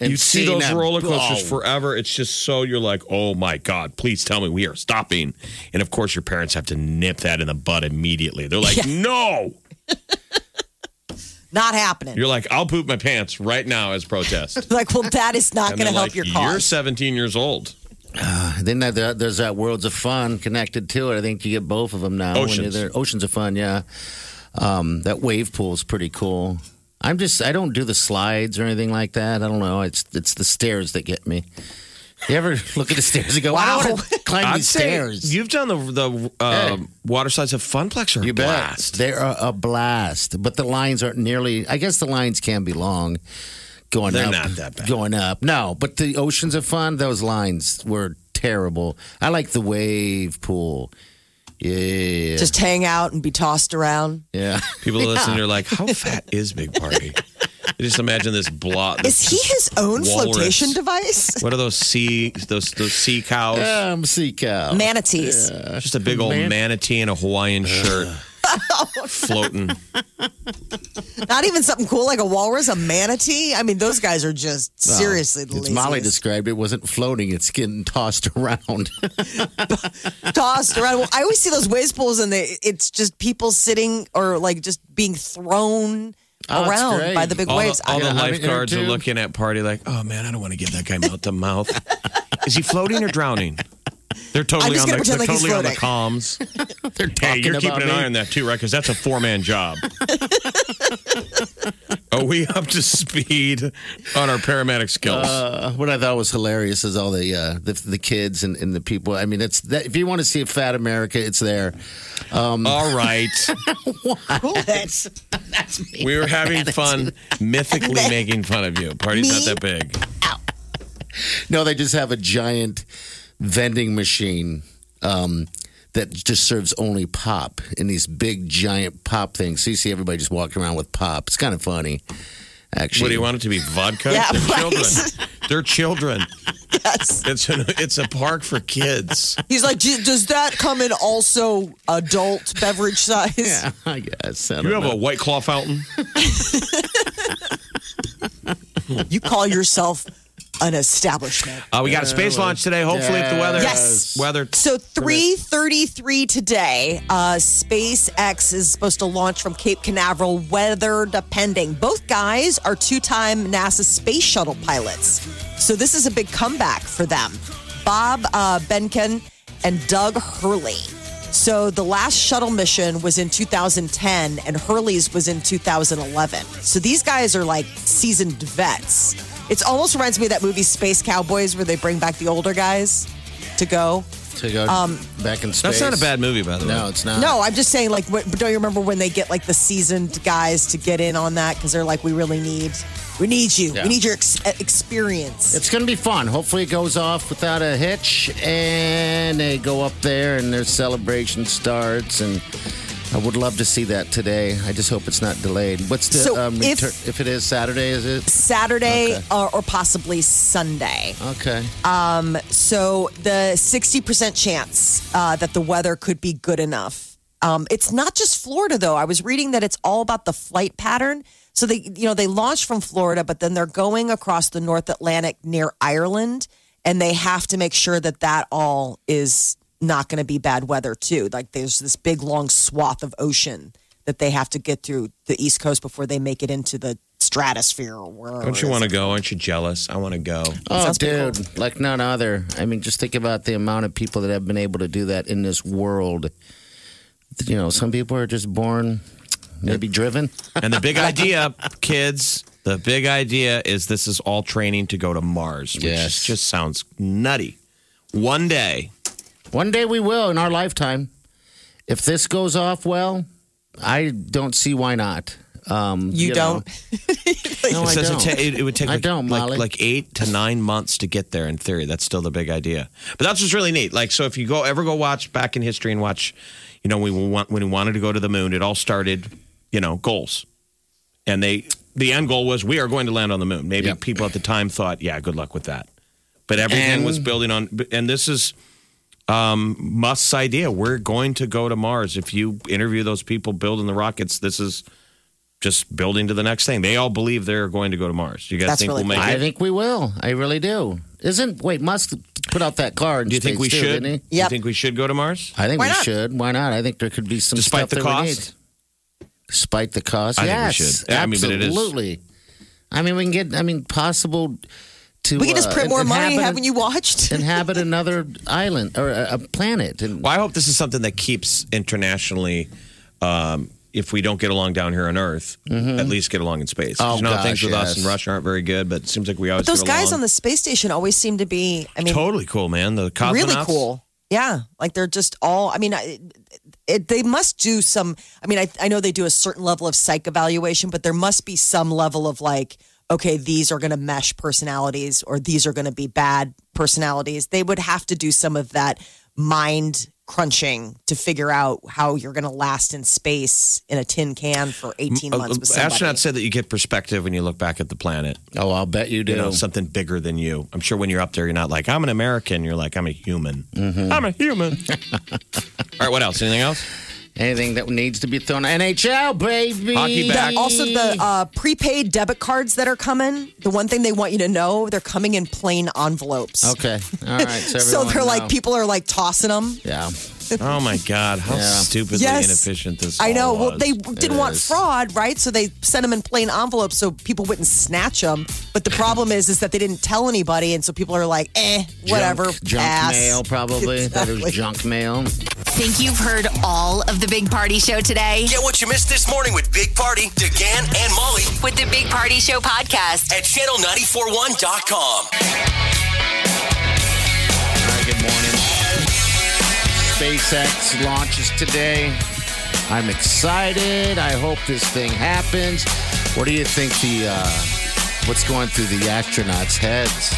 S6: And
S1: you see
S6: seeing
S1: those
S6: that
S1: roller coasters
S6: blow.
S1: forever. It's just so you're like, oh my god, please tell me we are stopping. And of course, your parents have to nip that in the bud immediately. They're like, no.
S5: Not happening.
S1: You're like, I'll poop my pants right now as protest.
S5: like, well, that is not
S1: And
S5: going to
S1: they're
S5: help
S1: like,
S5: your
S1: You're
S5: cause.
S1: 17 years old.
S6: Then there- there- there's that Worlds of Fun connected to it. I think you get both of them now. when you're
S1: Oceans.
S6: there. Oceans of Fun, yeah. Um, that wave pool's pretty cool. I'm just I don't do the slides or anything like that. I don't know. It's it's the stairs that get me. You ever look at the stairs and go, wow. I don't want to climb
S1: I'd
S6: these
S1: say
S6: stairs.
S1: You've done the the uh, water slides of Funplex are a
S6: You bet.
S1: blast.
S6: They are a blast, but the lines aren't nearly. I guess the lines can be long. Going
S1: They're
S6: up,
S1: not that bad.
S6: Going up, no. But the oceans of fun. Those lines were terrible. I like the wave pool. Yeah,
S5: Just hang out and be tossed around.
S6: yeah.
S1: People are listening. They're like, how fat is Big Party? I just imagine this blot.
S5: Is he his own
S1: Walrus.
S5: flotation device?
S1: What are those sea those those sea cows?
S5: Uh,
S6: Um, sea cow.
S5: Manatees.
S1: Just a big old
S6: Man-
S5: Uh.
S1: manatee in a Hawaiian shirt. floating.
S5: Not even something cool like a walrus, a manatee. I mean, those guys are just seriously the
S6: As Molly
S5: laziest.
S6: described, it wasn't floating; it's getting tossed around.
S5: tossed around. Well, I always see those waste pools, and they, it's just people sitting or like just being thrown
S6: Oh, it's
S5: around
S6: great.
S5: by the big
S1: All
S5: waves.
S1: the, all
S5: I-
S1: the
S6: Yeah, I mean,
S1: lifeguards are
S6: too.
S1: looking at party like, oh man, I don't want to give that guy mouth to mouth. Is he floating or drowning? They're totally
S5: just
S1: on the
S5: gonna
S1: they're
S5: pretend like he's
S1: totally on the
S5: floating.
S1: comms.
S6: They're
S1: Hey,
S6: talking
S1: you're keeping
S6: about
S1: an
S6: me.
S1: eye on that too, right? Because that's a four man job. Are we up to speed on our paramedic skills?
S6: Uh, what I thought was hilarious is all the uh, the, the kids and, and the people. I mean, it's that, if you want to see fat America, it's there.
S1: All right.
S5: cool. That's-
S1: We were having fun, mythically making fun of you. Party's not that big.
S6: No, they just have a giant vending machine um, that just serves only pop in these big giant pop things. So you see everybody just walking around with pop. It's kind of funny, actually.
S1: What do you want it to be? Vodka?
S5: Yeah,
S1: They're
S5: right.
S1: children. They're children.
S5: yes.
S1: It's an, it's a park for kids.
S5: He's like, "Do- does that come in also adult beverage size?
S6: Yeah, I guess. I don't
S1: You have
S6: know.
S1: a white claw fountain?
S5: You call yourself an establishment.
S1: Uh, we got a space launch today. Hopefully, if the weather
S5: Yes.
S1: weather
S5: So 3:33 today, uh, SpaceX is supposed to launch from Cape Canaveral, weather depending. Both guys are two-time NASA space shuttle pilots, so this is a big comeback for them. Bob uh, Behnken and Doug Hurley. So the last shuttle mission was in 2010, and Hurley's was in 2011. So these guys are like seasoned vets. It's almost reminds me of that movie Space Cowboys, where they bring back the older guys to go.
S6: to go back in space.
S1: That's not a bad movie, by the way.
S6: No, it's not.
S5: Um, No, I'm just saying, like, what, don't you remember when they get like the seasoned guys to get in on that because they're like, we really need, we need you,
S6: Yeah.
S5: we need your ex- e, experience.
S6: It's going to be fun. Hopefully, it goes off without a hitch, and they go up there, and their celebration starts. And I would love to see that today. I just hope it's not delayed. What's the
S5: So
S6: um,
S5: if-
S6: return- if it is Saturday? Is it
S5: Saturday
S6: Okay.
S5: or, or possibly Sunday.
S6: okay?
S5: So the 60% chance uh, that the weather could be good enough. Um, it's not just Florida though. I was reading that it's all about the flight pattern. So they, you know, they launch from Florida, but then they're going across the North Atlantic near Ireland, and they have to make sure that that all is not going to be bad weather too. Like there's this big long swath of ocean that they have to get through the East Coast before they make it into the stratosphere or wherever.
S1: Don't you want to go? Aren't you jealous? I want to go.
S6: Oh,
S5: sounds pretty
S6: dude, like none other. I mean, just think about the amount of people that have been able to do that in this world. You know, some people are just born, maybe driven.
S1: And the big idea, kids, the big idea is this is all training to go to Mars, which
S6: Yes.
S1: just sounds nutty. One day,
S6: One day we will in our lifetime. If this goes off well, I don't see why not. Um,
S5: You,
S6: know.
S5: don't.
S6: No,
S1: it
S6: I
S1: says
S6: don't.
S1: It, ta- it- it would take
S6: I
S1: like,
S6: don't,
S1: like,
S6: Molly.
S1: like eight to nine months to get there. In theory, that's still the big idea. But that's what's really neat. Like, so if you go ever go watch back in history and watch, you know, we want when we wanted to go to the moon, it all started, you know, goals, and they the end goal was we are going to land on the moon. Maybe
S6: Yep.
S1: people at the time thought, yeah, good luck with that. But everything
S6: And-
S1: was building on, and this is um, Musk's idea. We're going to go to Mars. If you interview those people building the rockets, this is just building to the next thing. They all believe they're going to go to Mars. You guys
S5: That's
S1: think
S5: really
S1: we'll make
S6: I
S1: it?
S6: think we will. I really do. Isn't wait Musk put out that car? in
S1: Do you think
S6: space
S1: we
S6: too,
S1: should?
S6: didn't he?
S1: Do You
S5: Yep.
S1: think we should go to Mars?
S6: I think
S5: Why
S6: we
S5: not?
S6: should. Why not? I think there could be some
S1: Despite
S6: stuff that
S1: the cost?
S6: we need. Despite the cost,
S1: I think we
S6: yes,
S1: should. Yeah, I mean, but it is-
S6: absolutely. I mean, we can get. I mean, possible to
S5: We can just
S6: uh,
S5: print more money.
S6: inhabit a-
S5: Haven't you watched?
S6: inhabit another island or a, a planet? And
S1: Well, I hope this is something that keeps internationally. Um, if we don't get along down here on Earth, at least get along in space.
S6: Mm-hmm. Oh,
S1: you know, things
S6: gosh,
S1: with us
S6: yes.
S1: and Russia aren't very good, but it seems like we always.
S5: But those
S1: get along.
S5: guys on the space station always seem to be, I mean,
S1: totally cool, man. The cosmonauts,
S5: really cool. Yeah. Like they're just all, I mean, I- it, they must do some, I mean, I, I know they do a certain level of psych evaluation, but there must be some level of like, okay, these are going to mesh personalities or these are going to be bad personalities. They would have to do some of that mind crunching to figure out how you're going to last in space in a tin can for 18
S1: Uh,
S5: months with somebody.
S1: astronauts said that you get perspective when you look back at the planet.
S6: oh, I'll bet you do.
S1: you know something bigger than you i'm sure when you're up there you're not like i'm an Mm-hmm. american you're like i'm a human i'm a human all right what else anything else
S6: Anything that needs to be thrown NHL, baby.
S5: The- also, the uh, prepaid debit cards that are coming, the one thing they want you to know, they're coming in plain envelopes.
S6: Okay. All right. So,
S5: so
S6: everyone
S5: they're like,
S6: know.
S5: people are like tossing them.
S6: Yeah.
S1: Oh my God! How
S6: Yeah.
S1: stupidly
S5: Yes.
S1: inefficient this.
S5: I know.
S1: all
S5: Well,
S1: was.
S5: they didn't want fraud, right? So they sent them in plain envelopes so people wouldn't snatch them. But the problem is, is that they didn't tell anybody, and so people are like, eh, whatever,
S6: Junk, junk
S5: pass.
S6: mail, probably. That was junk mail.
S4: Think you've heard all of the Big Party Show today?
S3: Get what you missed this morning with Big Party, DeGan, and Molly
S4: With the Big Party Show podcast.
S3: at channel941.com.
S6: All right, good morning. SpaceX launches today. I'm excited. I hope this thing happens. What do you think the uh, what's going through the astronauts' heads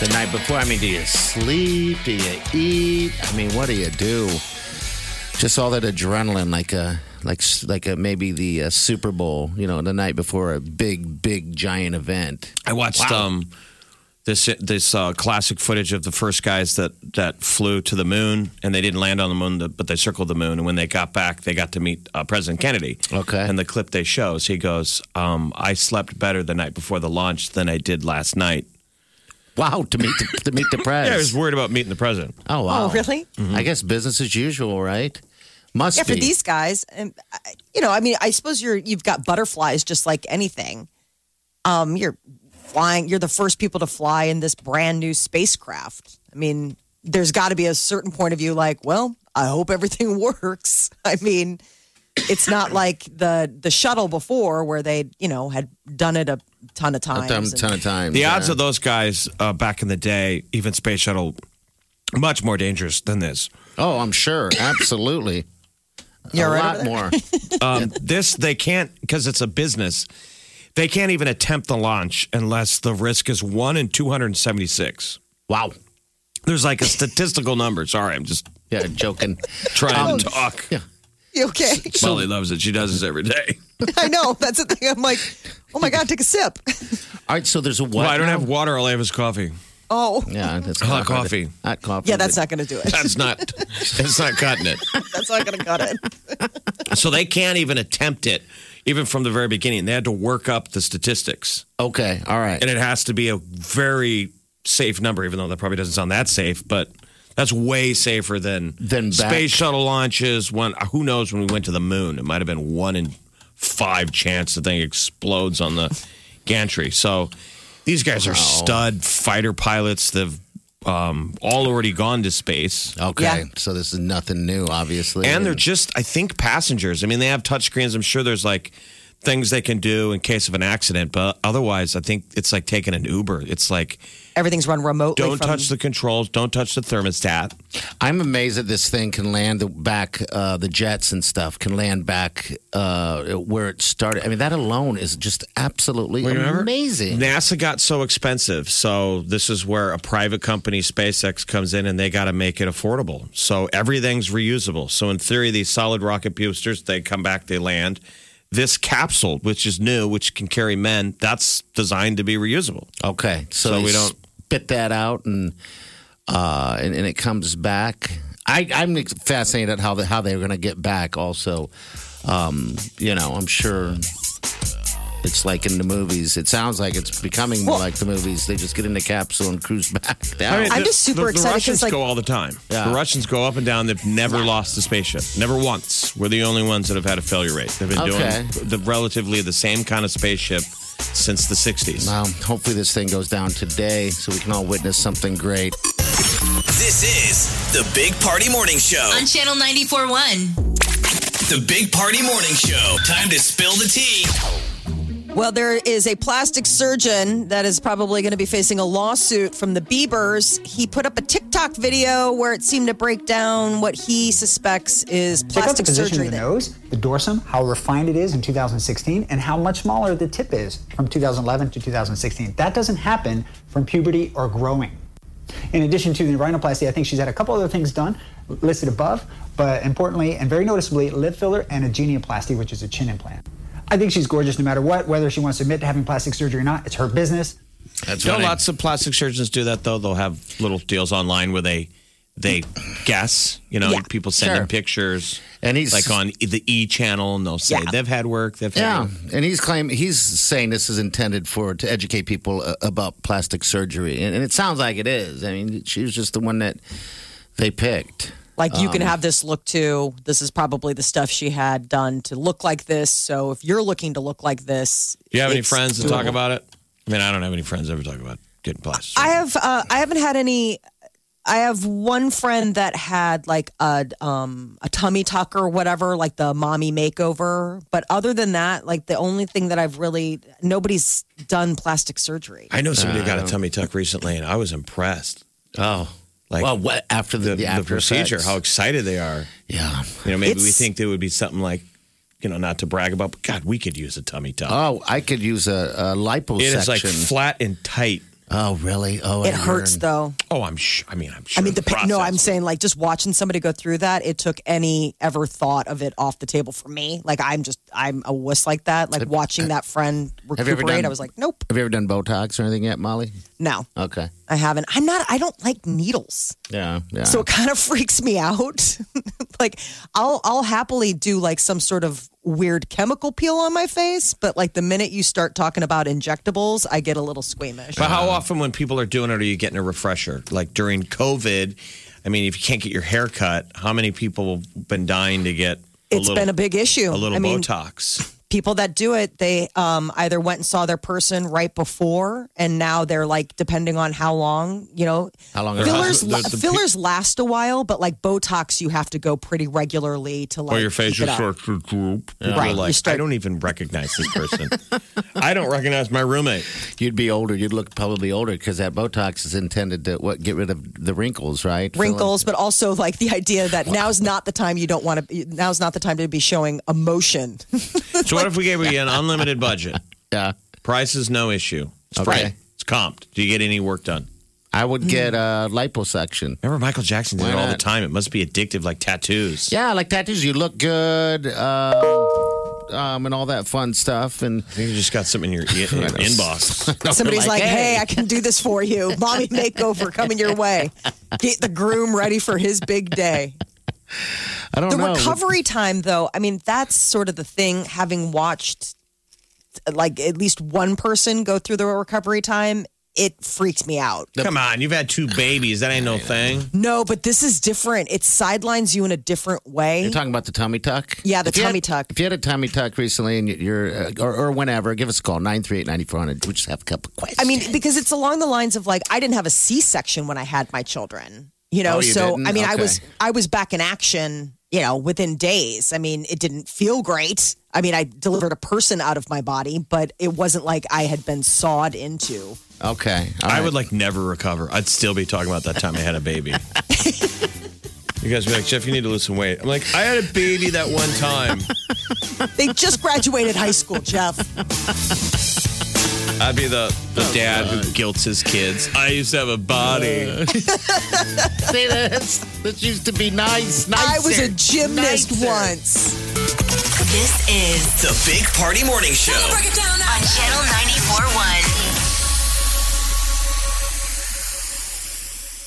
S6: the night before? I mean, do you sleep? Do you eat? I mean, what do you do? Just all that adrenaline, like a like like a, maybe the uh, Super Bowl, you know, the night before a big big giant event.
S1: I watched um, this this uh, classic footage of the first guys that that flew to the moon, and they didn't land on the moon, but they circled the moon. And when they got back, they got to meet uh, President Kennedy.
S6: Okay.
S1: And the clip they shows, he goes, um, "I slept better the night before the launch than I did last night."
S6: Wow, to meet the, to meet the press.
S1: Yeah, I was worried about meeting the president.
S6: Oh wow!
S5: Oh, really?
S6: I guess business as usual, right? Must
S5: Yeah,
S6: be.
S5: for these guys, and I- you know, I mean, I suppose you're you've got butterflies just like anything. Um, you're flying. You're the first people to fly in this brand new spacecraft. I mean, there's got to be a certain point of view, like, well, I hope everything works. I mean, it's not like the the shuttle before where they you know had done it a ton of
S6: a
S5: times.
S6: ton,
S5: and-
S6: ton of times.
S1: The
S6: yeah.
S1: odds of those guys uh, back in the day, even space shuttle, much more dangerous than this.
S6: Oh, I'm sure. Absolutely.
S5: You're
S6: a
S5: right
S6: lot
S5: over
S6: more.
S1: Um, this they can't because it's a business. They can't even attempt the launch unless the risk is one in two hundred and seventy-six.
S6: Wow.
S1: There's like a statistical number. Sorry, I'm just
S6: Yeah, joking.
S1: trying
S6: Um,
S1: to talk.
S6: Yeah.
S5: You okay?
S1: Molly loves it. She does this every day.
S5: I know that's the thing. I'm like, oh my god, take a sip.
S6: All right. So there's a what?
S1: Well, I don't
S6: now?
S1: have water. All I have is coffee.
S5: Oh,
S6: Yeah, that's
S1: Hot
S6: not hard
S1: coffee.
S6: to- Hot coffee.
S5: yeah, that's not going to do it.
S1: That's not. that's not cutting it.
S5: That's not going to cut it.
S1: So they can't even attempt it, even from the very beginning. They had to work up the statistics,
S6: okay. All right.
S1: and it has to be a very safe number. Even though that probably doesn't sound that safe, but that's way safer than
S6: Than back.
S1: space shuttle launches. When who knows when we went to the moon? It might have been one in five chance the thing explodes on the gantry. So these guys are stud fighter pilots. They've um, all already gone to space.
S6: Okay.
S5: Yeah.
S6: So this is nothing new, obviously.
S1: And they're just, I think, passengers. I mean, they have touchscreens. I'm sure there's like things they can do in case of an accident, but otherwise, I think it's like taking an Uber. It's like
S5: Everything's run remotely.
S1: don't
S5: from,
S1: touch the controls, don't touch the thermostat.
S6: I'm amazed that this thing can land the back, uh, the jets and stuff can land back uh, where it started. I mean, that alone is just absolutely amazing.
S1: NASA got so expensive, so this is where a private company, SpaceX, comes in and they got to make it affordable. So everything's reusable. So in theory, these solid rocket boosters, they come back, they land. This capsule, which is new, which can carry men, that's designed to be reusable.
S6: Okay, so,
S1: So
S6: they
S1: we don't-
S6: spit that out, and uh, and, and it comes back. I, I'm fascinated at how the, how they're going to get back. Also, um, you know, I'm sure it's like in the movies. It sounds like it's becoming more
S5: Well-
S6: like the movies. They just get in the capsule and cruise back down.
S1: I mean,
S5: I'm
S1: the-
S5: just super
S1: the, the
S5: excited
S1: Russians
S5: 'cause, like-
S1: go all the time.
S6: Yeah.
S1: The Russians go up and down. They've never lost a spaceship, never once. We're the only ones that have had a failure rate. They've been
S6: Okay.
S1: doing the relatively the same kind of spaceship since the '60s.
S6: Well, hopefully this thing goes down today, so we can all witness something great.
S3: This is the Big Party Morning Show.
S4: On Channel 94.1.
S3: The Big Party Morning Show. Time to spill the tea.
S5: Well, there is a plastic surgeon that is probably going to be facing a lawsuit from the Biebers. He put up a TikTok video where it seemed to break down what he suspects is
S8: Check out the
S5: plastic
S8: position
S5: surgery.
S8: of the
S5: that-
S8: nose, the dorsum, how refined it is in 2016, and how much smaller the tip is from 2011 to 2016. That doesn't happen from puberty or growing. In addition to the rhinoplasty, I think she's had a couple other things done listed above, but importantly and very noticeably, lip filler and a genioplasty, which is a chin implant. I think she's gorgeous no matter what, whether she wants to admit to having plastic surgery or not. It's her business.
S6: That's
S1: You know, lots of plastic surgeons do that though. They'll have little deals online where they they guess. You know,
S6: Yeah,
S1: people send
S6: sure.
S1: them pictures,
S6: And he's-
S1: like on the E channel, and they'll say
S6: Yeah.
S1: they've had work. They've
S6: Yeah,
S1: had
S6: and he's claiming he's saying this is intended for to educate people uh, about plastic surgery, and, and it sounds like it is. I mean, she was just the one that they picked.
S5: Like you can
S6: Um,
S5: have this look too. This is probably the stuff she had done to look like this. So if you're looking to look like this,
S1: Do you have any
S5: it's
S1: friends that talk
S5: doable.
S1: about it? I mean, I don't have any friends that ever talk about getting plastic.
S5: I have. Uh, I haven't had any. I have one friend that had like a um a tummy tuck or whatever, like the mommy makeover. But other than that, like the only thing that I've really nobody's done plastic surgery.
S1: I know somebody
S5: Um,
S1: got a tummy tuck recently, and I was impressed.
S6: Oh,
S1: like
S6: well, what after the,
S1: the,
S6: after
S1: procedure,
S6: sex.
S1: how excited they are.
S6: Yeah,
S1: You know, maybe we
S6: It's-
S1: think there would be something like, you know, not to brag about, but God, we could use a tummy tuck.
S6: Oh, I could use a, a liposuction.
S1: It is like flat and tight.
S6: Oh, really? Oh,
S5: it hurts though.
S1: Oh, I'm. Sh- I mean, I'm sure.
S5: I mean, the pa- no, I'm saying like just watching somebody go through that. It took any ever thought of it off the table for me. Like I'm just I'm a wuss like that. Like watching that friend
S6: Have you ever
S5: recuperate,
S6: done-
S5: I was like, nope,
S6: Have you ever done Botox or anything yet, Molly?
S5: no,
S6: Okay.
S5: I haven't. I'm not. I don't like needles.
S6: Yeah. Yeah.
S5: So it kind of freaks me out. like I'll I'll happily do like some sort of weird chemical peel on my face, but like the minute you start talking about injectables, I get a little squeamish.
S1: But how often when people are doing it, are you getting a refresher? Like during COVID, I mean, if you can't get your hair cut, how many people have been dying to get? a
S5: It's
S1: little,
S5: been a big issue.
S1: A little
S5: I mean-
S1: Botox.
S5: People that do it, they um, either went and saw their person right before, and now they're like, depending on how long, you know,
S6: How long?
S5: fillers
S1: There's the-
S5: fillers last a while, but like Botox, you have to go pretty regularly to like.
S1: or your face
S5: keep it
S1: just
S5: up.
S1: starts to droop. People
S5: Right,
S1: are
S5: you
S1: like,
S5: start-
S1: I don't even recognize this person. I don't recognize my roommate.
S6: You'd be older. You'd look probably older because that Botox is intended to what get rid of the wrinkles, right?
S5: wrinkles, but also like the idea that now's not the time you don't want to. Now's not the time to be showing emotion.
S1: So what if we gave you an unlimited budget?
S6: Yeah.
S1: Price is no issue. It's
S6: Okay.
S1: free. It's comped. Do you get any work done?
S6: I would get
S5: Mm-hmm.
S6: a liposuction.
S1: Remember Michael Jackson did
S6: Why
S1: it all the
S6: not?
S1: time. It must be addictive, like tattoos.
S6: Yeah, like tattoos. You look good, um, um, and all that fun stuff. And
S1: I think you just got something in your, in your inbox.
S5: Somebody's like,
S6: like,
S5: hey.
S6: "Hey."
S5: I can do this for you. Mommy makeover coming your way. Get the groom ready for his big day."
S6: I don't
S5: The
S6: know.
S5: recovery time, though, I mean, that's sort of the thing. Having watched like at least one person go through the recovery time, it freaks me out.
S1: Come on, you've had two babies. That ain't no thing.
S5: No, but this is different. It sidelines you in a different way.
S6: You're talking about the tummy tuck?
S5: Yeah, the
S6: If you
S5: tummy
S6: had-
S5: tuck.
S6: If you had a tummy tuck recently and you're, uh, or, or whenever, give us a call, 938-9400. We just have a couple of questions.
S5: I mean, because it's along the lines of like I didn't have a C-section when I had my children. You know,
S6: Oh, you
S5: so
S6: didn't?
S5: I mean, I
S6: Okay.
S5: was I was back in action. You know, within days. I mean, it didn't feel great. I mean, I delivered a person out of my body, but it wasn't like I had been sawed into.
S6: Okay. all
S1: I
S6: right.
S1: would like never recover. I'd still be talking about that time I had a baby. you guys would be like, Jeff, you need to lose some weight. I'm like, I had a baby that one time.
S5: They just graduated high school, Jeff.
S1: I'd be the, the dad who guilts his kids. Oh, I used to have a body.
S6: say this. This used to be nice.
S5: I was a
S6: nicer,
S5: gymnast
S6: nicer.
S5: once.
S4: This is
S3: The Big Party Morning Show.
S4: on Channel 94.1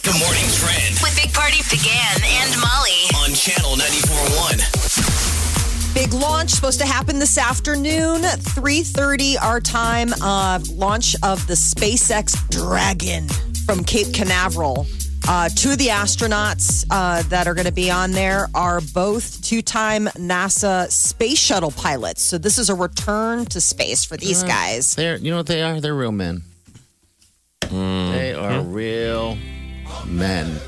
S3: The Morning Trend
S4: with Big Party began and Molly.
S3: on Channel 94.1.
S5: Big launch supposed to happen this afternoon, 3:30 our time. Uh, launch of the SpaceX Dragon from Cape Canaveral. Uh, two of the astronauts uh, that are going to be on there are both two-time NASA space shuttle pilots. So this is a return to space for these guys.
S6: They're, you know what they are? They're real men. They are real men.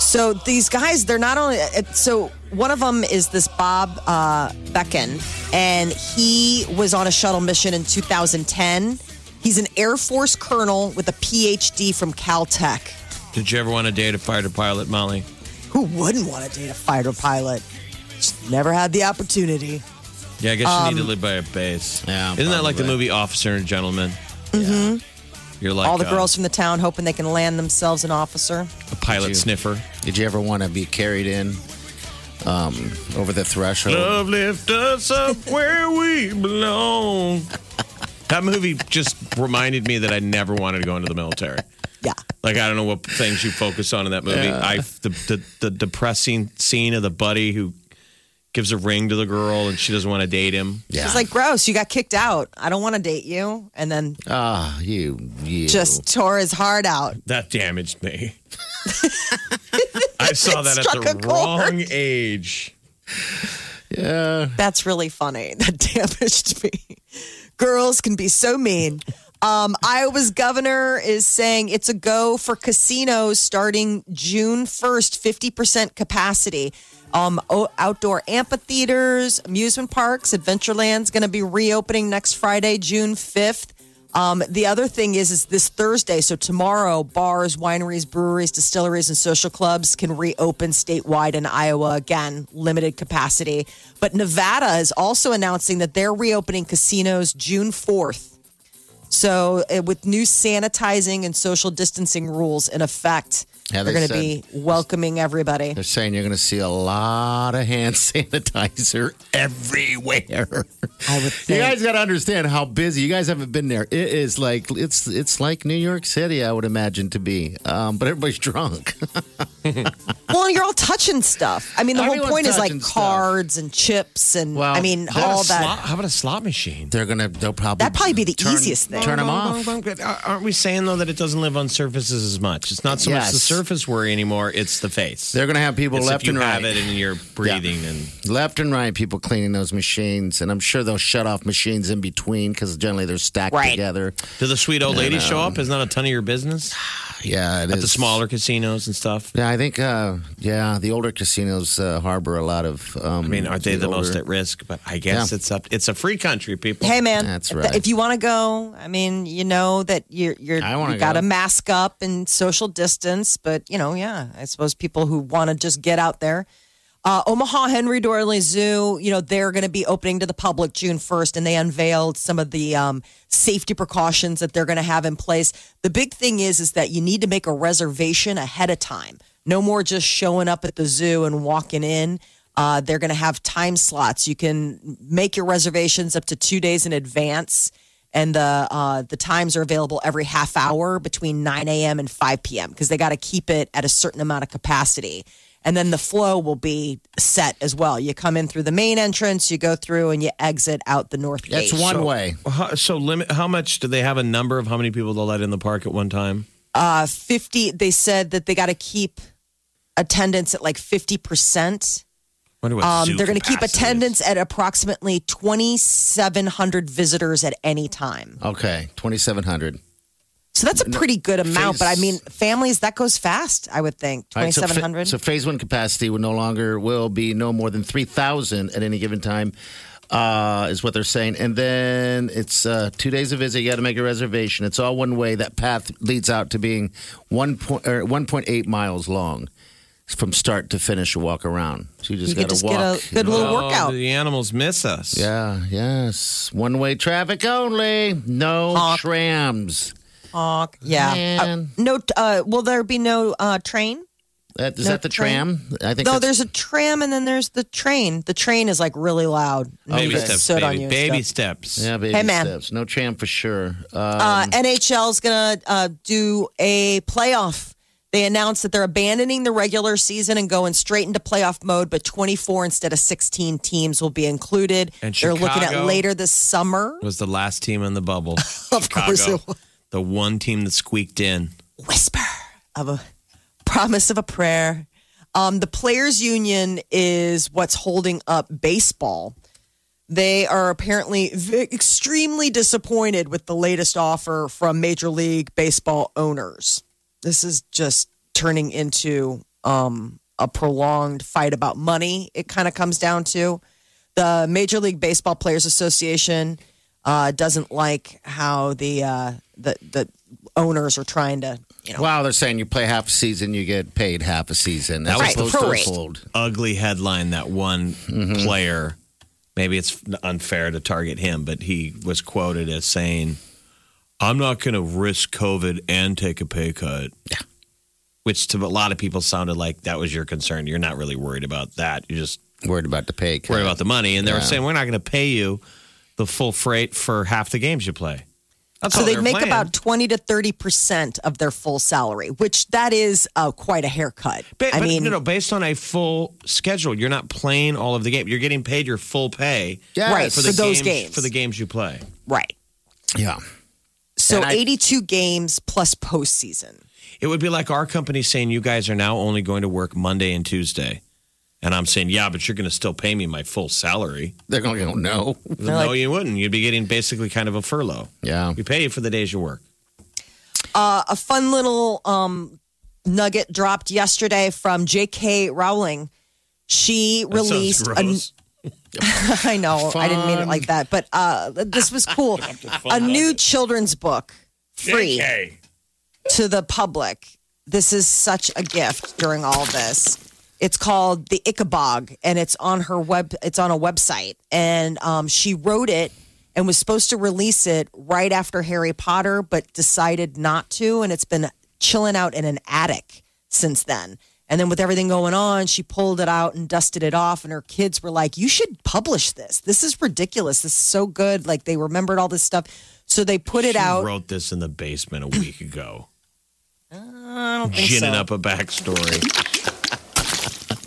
S5: So these guys, they're not only it- so one of them is this Bob uh, Becken, and he was on a shuttle mission in 2010. He's an Air Force colonel with a PhD from Caltech.
S1: Did you ever want to date a fighter pilot, Molly?
S5: Who wouldn't want to date a fighter pilot? Just never had the opportunity.
S1: Yeah, I guess you need to live by a base.
S6: Yeah,
S1: Isn't that like the
S6: probably.
S1: movie Officer and Gentleman? Mm-hmm. You're like
S5: All the
S1: uh,
S5: girls from the town hoping they can land themselves an officer.
S1: a pilot sniffer.
S6: Did you ever want to be carried in um, over the threshold?
S1: Love lift us up where we belong. That movie just reminded me that I never wanted to go into the military.
S5: Yeah.
S1: Like I don't know what things you focus on in that movie.
S6: Yeah.
S1: I the, the the depressing scene of the buddy who gives a ring to the girl and she doesn't want to date him.
S5: She's like, gross, you got kicked out. I don't want to date you. And then
S6: ah, you, you.
S5: just tore his heart out.
S1: that damaged me. I saw
S5: It
S1: that
S5: struck a
S1: at the
S5: chord.
S1: wrong age.
S6: Yeah.
S5: That's really funny. That damaged me. Girls can be so mean. Um, Iowa's governor is saying it's a go for casinos starting June 1st, 50% capacity. Um, o- outdoor amphitheaters, amusement parks, Adventureland's going to be reopening next Friday, June 5th. Um, the other thing is, is this Thursday, so tomorrow, bars, wineries, breweries, distilleries, and social clubs can reopen statewide in Iowa again, limited capacity. But Nevada is also announcing that they're reopening casinos June fourth. So uh, with new sanitizing and social distancing rules in effect,
S6: Yeah,
S5: they're
S6: they
S5: going to be welcoming everybody.
S6: They're saying you're going to see a lot of hand sanitizer everywhere.
S5: I would
S6: You
S5: think.
S6: guys got to understand how busy. You guys haven't been there. It is like it's it's like New York City, I would imagine to be. Um, but everybody's drunk.
S5: well, and you're all touching stuff. I mean, the
S6: Everyone's
S5: whole point is like
S6: touching stuff.
S5: cards and chips, and
S6: Well,
S5: I mean
S1: How about
S5: all
S1: a
S5: that.
S1: slot- how about a slot machine?
S6: They're gonna. They'll probably
S5: That'd probably be the
S6: turn-
S5: easiest thing.
S6: Turn them off.
S1: Aren't we saying though that it doesn't live on surfaces as much? It's not so much the
S6: Yes.
S1: surface worry anymore. It's the face.
S6: They're gonna have people
S1: It's
S6: left
S1: if you
S6: and right.
S1: have it and you're breathing and
S6: left and right people cleaning those machines and i'm sure they'll shut off machines in between because generally they're stacked
S5: Right.
S6: together
S1: do the sweet old ladies show up? Is not a ton of your business
S6: yeah it is
S1: at the smaller casinos and stuff.
S6: yeah i think uh yeah the older casinos uh, harbor a lot of um
S1: I mean, aren't they the most
S6: older-
S1: at risk? But I guess
S6: Yeah.
S1: it's up. It's a free country, people.
S5: Hey man,
S6: That's
S5: if-
S6: right.
S5: If you want to go, I mean, you know that you're you're
S6: I wanna
S5: you got
S6: go.
S5: to mask up and social distance, but you know, yeah, I suppose people who want to just get out there. Uh, Omaha Henry Doorly Zoo, you know, they're going to be opening to the public June 1st, and they unveiled some of the um, safety precautions that they're going to have in place. The big thing is, is that you need to make a reservation ahead of time. No more just showing up at the zoo and walking in. Uh, they're going to have time slots. You can make your reservations up to two days in advance, and the uh, the times are available every half hour between 9 a.m. and 5 p.m. because they got to keep it at a certain amount of capacity. And then the flow will be set as well. You come in through the main entrance, you go through, and you exit out the north gate.
S6: that's one way
S1: How, so limit. How much do they have a number of how many people they'll let in the park at one time?
S5: uh, 50. They said that they got to keep attendance at like 50 percent.
S1: Wonder what
S5: Um,
S1: zoo
S5: they're going to keep
S1: capacity is.
S5: attendance at approximately 2,700 visitors at any time.
S6: okay 2700
S5: So that's a pretty good amount, but I mean, families, that goes fast, I would think.
S6: All right, so fa-
S5: 2,700.
S6: so, phase one capacity will no longer will be no more than three thousand at any given time, uh, is what they're saying. And then it's uh, two days of visit. You got to make a reservation. It's all one way. That path leads out to being one point or one point eight miles long from start to finish. A walk around. So you just
S5: you could
S6: got
S5: just
S6: to walk.
S5: get a good little
S1: Oh,
S5: workout.
S1: The animals miss us.
S6: yeah. Yes. One way traffic only. No trams.
S5: Honk. Yeah. Uh,
S6: Man.
S5: no, uh, will there be no uh, train?
S6: That, is
S5: No
S6: that the
S5: tram?
S6: tram? I think.
S5: No,
S6: that's-
S5: there's a tram and then there's the train. The train is like really loud. and
S1: Baby
S5: you get
S1: steps,
S5: soot on
S1: baby,
S5: you and
S1: baby
S5: stuff.
S1: steps.
S6: yeah, baby
S5: Hey, man.
S6: steps. No tram for sure. Uh,
S1: Um,
S5: uh, NHL's going to uh, do a playoff. They announced that they're abandoning the regular season and going straight into playoff mode, but 24 instead of 16 teams will be included.
S1: And
S5: they're looking at
S1: Chicago-
S5: later this summer.
S1: Was the last team in the bubble.
S5: Of course
S1: Chicago,
S5: it was.
S1: The one team that squeaked in.
S5: whisper of a promise of a prayer. Um, the players' union is what's holding up baseball. They are apparently v- extremely disappointed with the latest offer from Major League Baseball owners. This is just turning into um, a prolonged fight about money, it kind of comes down to. The Major League Baseball Players Association uh, doesn't like how the, uh, the the owners are trying to, you know,
S6: Wow, they're saying you play half a season, you get paid half a season. That's
S5: Right,
S6: supposed
S5: prorate.
S6: to fold.
S1: Ugly headline that one
S5: Mm-hmm.
S1: player. Maybe it's unfair to target him, but he was quoted as saying, I'm not going to risk COVID and take a pay cut. Yeah. Which to a lot of people sounded like that was your concern. You're not really worried about that. You're just
S6: Worried about the pay. cut.
S1: worried about the money. And they were saying, we're not going to pay you the full freight for half the games you play. That's
S5: so
S1: all
S5: they'd
S1: they're
S5: make
S1: playing.
S5: about 20 to 30% of their full salary, which that is uh, quite a haircut.
S1: Ba-
S5: I
S1: but,
S5: mean,
S1: no, no, based on a full schedule, you're not playing all of the game. You're getting paid your full pay,
S5: Yes. Right, for those games.
S1: for the games you play.
S5: right.
S6: Yeah.
S5: So
S1: And I-
S5: 82 games plus postseason.
S1: It would be like our company saying you guys are now only going to work Monday and Tuesday, and I'm saying yeah, but you're going to still pay me my full salary.
S6: They're going to go, no.
S1: no, you wouldn't. You'd be getting basically kind of a furlough.
S6: Yeah.
S1: We pay you for the days you work.
S5: Uh, a fun little um, nugget dropped yesterday from J.K. Rowling. She
S1: That sounds
S5: released. a-
S1: gross.
S5: I know, I didn't mean it like that, but uh, this was cool. a new children's book, free.
S1: JK.
S5: to the public. This is such a gift during all this. It's called the Ichabog, and it's on her web. It's on a website, and um, she wrote it and was supposed to release it right after Harry Potter, but decided not to, and it's been chilling out in an attic since then. And then with everything going on, she pulled it out and dusted it off, and her kids were like, "You should publish this. This is ridiculous. This is so good. Like they remembered all this stuff." So they put it
S1: She
S5: out. Uh,
S1: wrote this in the basement a week ago,
S5: I don't think
S1: ginning
S5: so.
S1: up a backstory.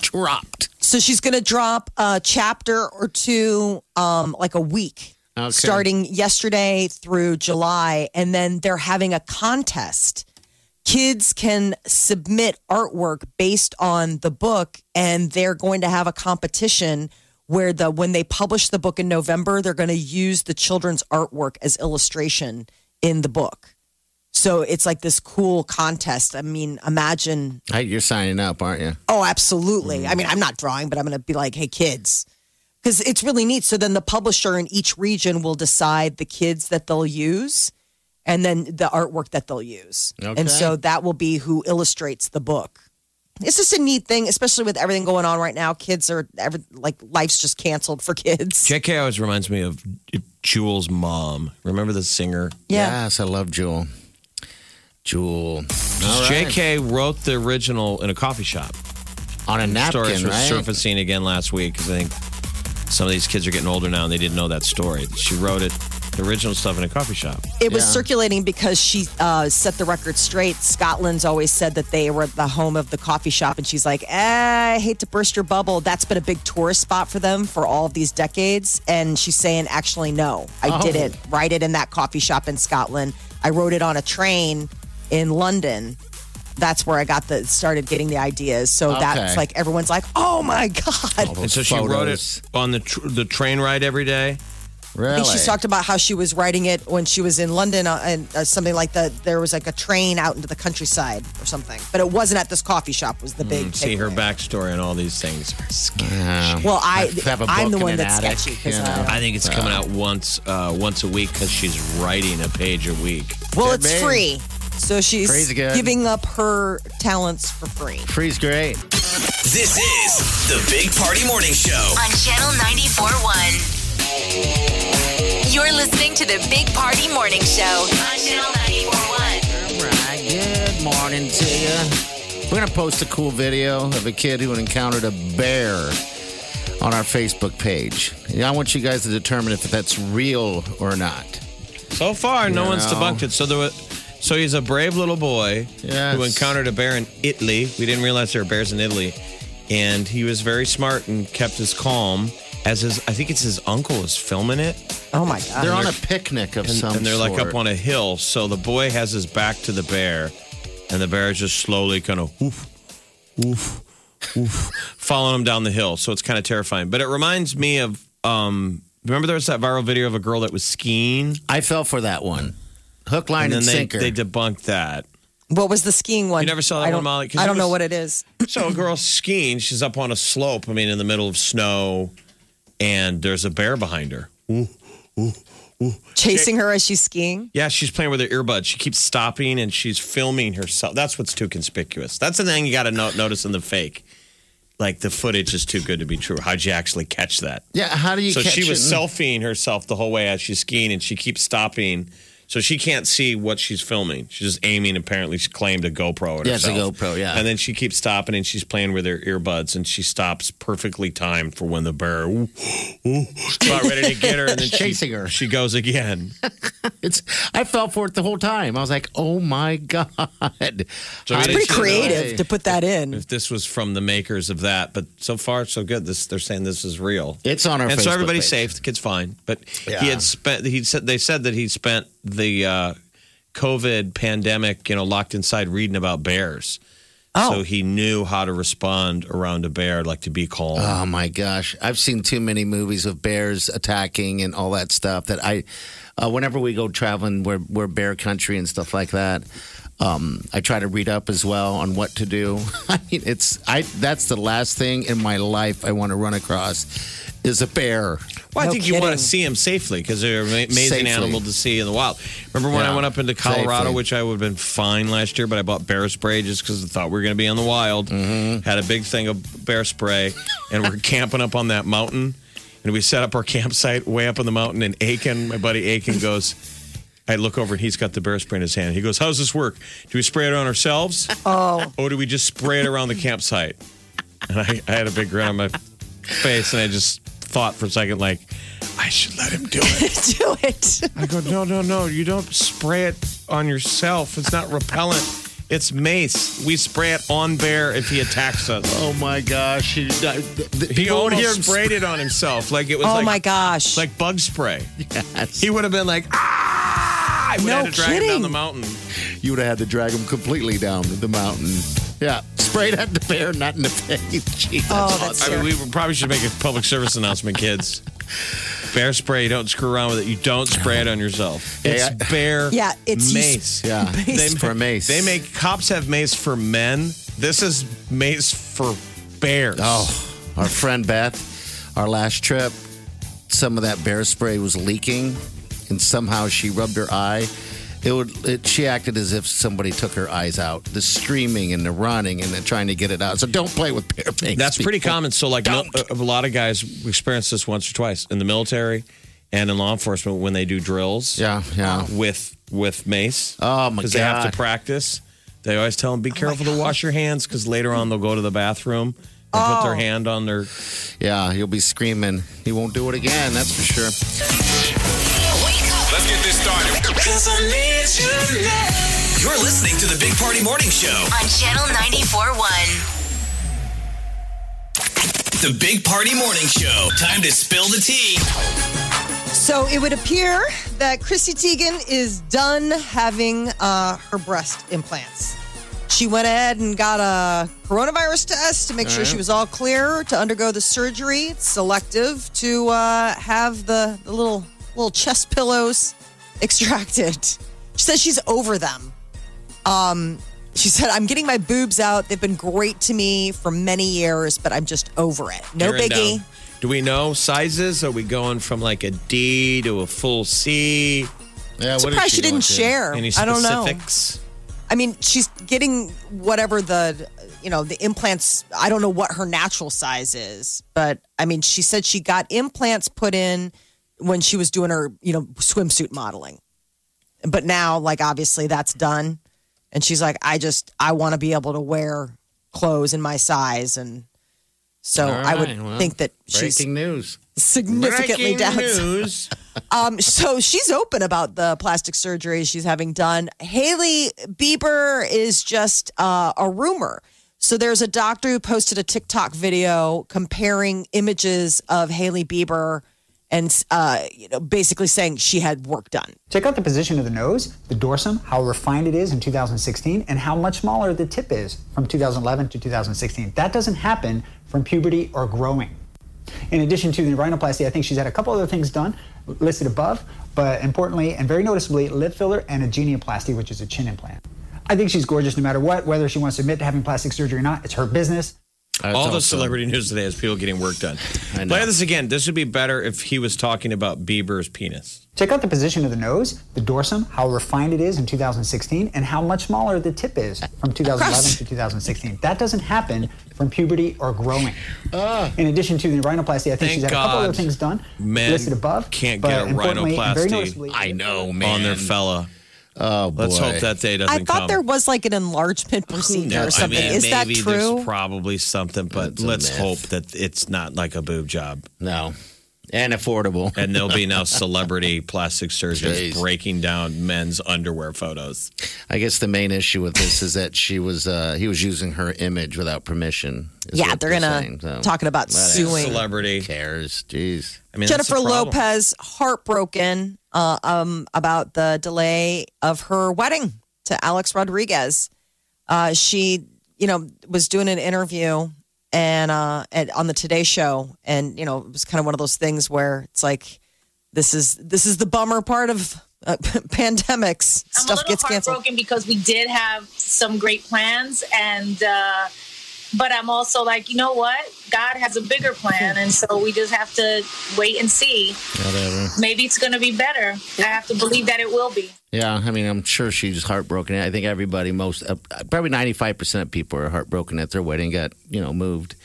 S6: Dropped.
S5: So she's going to drop a chapter or two, um, like a week,
S6: Okay.
S5: starting yesterday through July. And then they're having a contest. Kids can submit artwork based on the book, and they're going to have a competition where the when they publish the book in November, they're going to use the children's artwork as illustration in the book. So it's like this cool contest. I mean, imagine
S6: Hey, you're signing up, aren't you?
S5: Oh, absolutely. I mean, I'm not drawing, but I'm going to be like, hey, kids. Because it's really neat. So then the publisher in each region will decide the kids that they'll use and then the artwork that they'll use.
S6: Okay.
S5: And so that will be who illustrates the book. It's just a neat thing, especially with everything going on right now. Kids are ever, like life's just canceled for kids.
S1: JK always reminds me of Jewel's mom. Remember the singer?
S6: Yes, I love Jewel. Jewel.
S1: JK wrote the original in a coffee shop.
S6: On a napkin,
S1: Stories were
S6: right?
S1: surfacing again last week because I think some of these kids are getting older now and they didn't know that story. She wrote it, the original stuff in a coffee shop.
S5: It was
S6: Yeah.
S5: circulating because she uh, set the record straight. Scotland's always said that they were the home of the coffee shop, and she's like, eh, "I hate to burst your bubble. That's been a big tourist spot for them for all of these decades." And she's saying, "Actually, no, I
S6: Oh.
S5: didn't write it in that coffee shop in Scotland. I wrote it on a train in London." That's where I got the started getting the ideas. So that's
S6: Okay.
S5: like everyone's like, "Oh my god!"
S6: All
S1: And
S6: those
S1: so she wrote it
S6: photos.
S1: on the tr- the train ride every day.
S6: Really?
S5: I think she's talked about how she was writing it when she was in London uh, and uh, something like that. There was like a train out into the countryside or something, but it wasn't at this coffee shop. Was
S6: Mm,
S5: the big
S1: See her
S5: takeaway.
S1: backstory and all these things.
S6: Yeah.
S5: Well, I
S6: Have- have a
S5: I'm the
S6: book
S5: one
S6: in an
S5: that's
S6: attic,
S5: sketchy because
S6: you know.
S1: I think it's coming out once uh, once a week because she's writing a page a week.
S5: well,
S6: Good
S5: it's
S6: man.
S5: free, so she's
S6: Free's good.
S5: giving up her talents for free.
S6: Free's great.
S3: This is the Big Party Morning Show.
S4: on Channel 94.1. You're listening to the Big Party Morning Show on Channel 94.1.
S6: All right. Good morning to you. We're going to post a cool video of a kid who encountered a bear on our Facebook page. And I want you guys to determine if that's real or not.
S1: So far, no
S6: You
S1: one's
S6: know.
S1: debunked it. So there was, so he's a brave little boy
S6: Yes.
S1: who encountered a bear in Italy. We didn't realize there were bears in Italy, and he was very smart and kept his calm. As his, I think it's his uncle is filming it,
S5: Oh my god!
S6: They're on a picnic of
S1: and,
S6: some
S1: and they're like up on a hill. So the boy has his back to the bear, and the bear is just slowly kind of woof, woof, woof, following him down the hill. So it's kind of terrifying. But it reminds me of, um, remember there was that viral video of a girl that was skiing,
S6: I fell for that one. Hook, line,
S1: and
S6: and,
S1: then they,
S6: sinker.
S1: they debunked that.
S5: what was the skiing one?
S1: You never saw
S5: I
S1: that one,
S5: don't,
S1: Molly? 'Cause
S5: I
S1: it
S5: don't know
S1: was-
S5: what it is.
S1: So a girl skiing, she's up on a slope. I mean, in the middle of snow, and there's a bear behind her.
S5: Chasing her as she's skiing.
S1: Yeah, she's playing with her earbuds. She keeps stopping and she's filming herself. That's what's too conspicuous. That's the thing you got to no- notice in the fake. Like the footage is too good to be true. How'd you actually catch that?
S6: yeah, how do you
S1: so
S6: catch
S1: she was
S6: it?
S1: selfieing herself the whole way as she's skiing, and she keeps stopping. So she can't see what she's filming. She's just aiming. Apparently, she claimed a GoPro. At
S6: Yeah, it's a
S1: herself.
S6: GoPro, yeah.
S1: And then she keeps stopping, and she's playing with her earbuds, and she stops perfectly timed for when the bear ooh, ooh, is about ready to get her, and then she-
S6: Chasing her.
S1: She goes again.
S6: It's I fell for it the whole time. I was like, oh my god.
S1: So
S6: How
S1: it
S6: did
S1: is
S6: she know?
S5: creative to put that in.
S1: If this was from the makers of that, but so far so good. This they're saying this is real.
S6: It's on our.
S1: and so
S6: Facebook
S1: everybody's
S6: page.
S1: safe. The kid's fine. But
S6: Yeah.
S1: he had spent. He said they said that he spent the uh, COVID pandemic, you know, locked inside reading about bears.
S5: Oh.
S1: So he knew how to respond around a bear, like to be calm.
S6: Oh my gosh, I've seen too many movies of bears attacking and all that stuff. That I, uh, whenever we go traveling, we're we're bear country and stuff like that. Um, I try to read up as well on what to do. I mean, it's I. That's the last thing in my life I want to run across is a bear.
S1: Well, I
S5: No
S1: think you want to
S5: kidding.
S1: see them safely because they're an ama- amazing
S6: Safely.
S1: animal to see in the wild. Remember when I
S6: Yeah.
S1: went up into Colorado,
S6: Safely.
S1: which I would have been fine last year, but I bought bear spray just because I thought we were going to be in the wild.
S6: Mm-hmm.
S1: Had a big thing of bear spray, and we're camping up on that mountain. And we set up our campsite way up on the mountain, and Aiken, my buddy Aiken, goes, I look over and he's got the bear spray in his hand. He goes, How does this work? Do we spray it on ourselves? Oh. Or do we just spray it around the campsite? And I, I had a big grin on my face and I just thought for a second, like, I should let him do it.
S5: Do it.
S1: I go, No, no, no. You don't spray it on yourself. It's not repellent. It's mace. We spray it on bear if he attacks us.
S6: Oh my gosh, he,
S1: He
S6: almost
S1: almost sprayed it on himself. Like it was
S5: Oh
S1: like,
S5: my gosh.
S1: like bug spray.
S6: Yes.
S1: He would have been like, ah! I would
S5: No
S1: have had to drag him down
S5: kidding.
S1: the mountain.
S6: you would have had to drag him completely down the mountain. Yeah, sprayed at the bear, not in the face. Gee, that's
S5: Oh,
S6: awesome.
S5: that's
S1: I mean, we would- probably should make a public service announcement, kids. Bear spray, don't screw around with it. You don't spray it on yourself. It's
S6: Yeah.
S1: bear
S5: Yeah, it's-
S1: mace.
S6: Yeah,
S1: They-
S6: for mace.
S1: They make cops have mace for men. This is mace for bears.
S6: Oh, our friend Beth, our last trip, some of that bear spray was leaking, and somehow she rubbed her eye. It would. It, she acted as if somebody took her eyes out. The screaming and the running and the trying to get it out. So don't play with bear mace.
S1: That's pretty
S6: people.
S1: common. So, like, mil- a a lot of guys experience this once or twice in the military and in law enforcement when they do drills.
S6: Yeah, yeah.
S1: With with mace.
S6: Oh, my
S1: Because they have
S6: God.
S1: to practice. They always tell them
S5: Oh,
S1: be careful to wash your hands because later on they'll go to the bathroom and put
S5: Oh.
S1: their hand on their.
S6: Yeah, you'll be screaming. He won't do it again. That's for sure.
S3: Let's get this started. You're listening to the Big Party Morning Show.
S4: On Channel 94.1.
S3: The Big Party Morning Show. Time to spill the tea.
S5: So it would appear that Chrissy Teigen is done having uh, her breast implants. She went ahead and got a coronavirus test to make sure she was all clear to undergo the surgery. It's selective to uh, have the, the little little chest pillows extracted. She says she's over them. Um, she said, "I'm getting my boobs out. They've been great to me for many years, but I'm just over it. No
S1: hair and
S5: biggie."
S1: down. Do we know sizes? Are we going from like a D to a full C?
S6: Yeah, what is
S5: Surprised she
S6: doing
S5: didn't
S6: to-
S5: share.
S1: Any
S5: I don't know.
S1: specifics?
S5: I mean, she's getting whatever the you know the implants. I don't know what her natural size is, but I mean, she said she got implants put in when she was doing her you know swimsuit modeling, but now like obviously that's done, and she's like, I just I want to be able to wear clothes in my size, and so
S6: All
S5: I would
S6: right, well,
S5: think that she's
S6: Breaking news.
S5: significantly
S1: Breaking
S5: down.
S1: news.
S5: Um, so she's open about the plastic surgery she's having done. Haley Bieber is just uh, a rumor. So there's a doctor who posted a TikTok video comparing images of Haley Bieber and uh, you know basically saying she had work done.
S8: Check out the position of the nose, the dorsum, how refined it is in 2016, and how much smaller the tip is from 2011 to 2016. That doesn't happen from puberty or growing. In addition to the rhinoplasty, I think she's had a couple other things done listed above, but importantly and very noticeably, lip filler and a genioplasty, which is a chin implant. I think she's gorgeous no matter what, whether she wants to admit to having plastic surgery or not, it's her business.
S6: That's
S1: All the
S6: also-
S1: celebrity news today is people getting work done.
S6: I know.
S1: Play this again. This would be better if he was talking about Bieber's penis.
S8: Check out the position of the nose, the dorsum, how refined it is in 2016, and how much smaller the tip is from 2011 to 2016. That doesn't happen from puberty or growing. in addition to the rhinoplasty, I think
S1: Ah. Thank
S8: she's had a couple
S1: God
S8: other things done
S1: men
S8: listed above.
S1: can't
S8: but
S1: get a
S8: importantly and very
S1: rhinoplasty.
S8: noticeably-
S6: I know, man.
S1: On their fella.
S6: Oh boy.
S1: Let's hope that day doesn't
S5: I thought
S1: come.
S5: there was like an enlargement procedure or
S1: knows?
S5: something.
S1: I mean,
S5: is that
S1: maybe
S5: true?
S1: There's probably something, but
S6: That's a
S1: let's
S6: myth.
S1: hope that it's not like a boob job.
S6: No. and affordable.
S1: And there'll be now celebrity plastic surgeons
S6: Jeez.
S1: breaking down men's underwear photos.
S6: I guess the main issue with this is that she was uh, he was using her image without permission. is
S5: Yeah,
S6: what
S5: they're gonna
S6: saying, so.
S5: talking about suing.
S1: Celebrity.
S6: Who cares. Jeez.
S1: I mean, that's the
S5: Jennifer
S1: problem.
S5: Lopez heartbroken uh, um, about the delay of her wedding to Alex Rodriguez. Uh, she, you know, was doing an interview and uh, at, on the Today Show, and you know, it was kind of one of those things where it's like, this is this is the bummer part of uh, pandemics.
S9: I'm a
S5: Stuff
S9: little
S5: gets canceled.
S9: heartbroken because we did have some great plans, and uh, but I'm also like, you know what? God has a bigger plan, and so we just have to wait and see.
S6: Whatever.
S9: Maybe it's going to be better. I have to believe that it will be.
S6: Yeah, I mean, I'm sure she's heartbroken. I think everybody, most uh, probably 95 percent of people are heartbroken at their wedding got you know moved.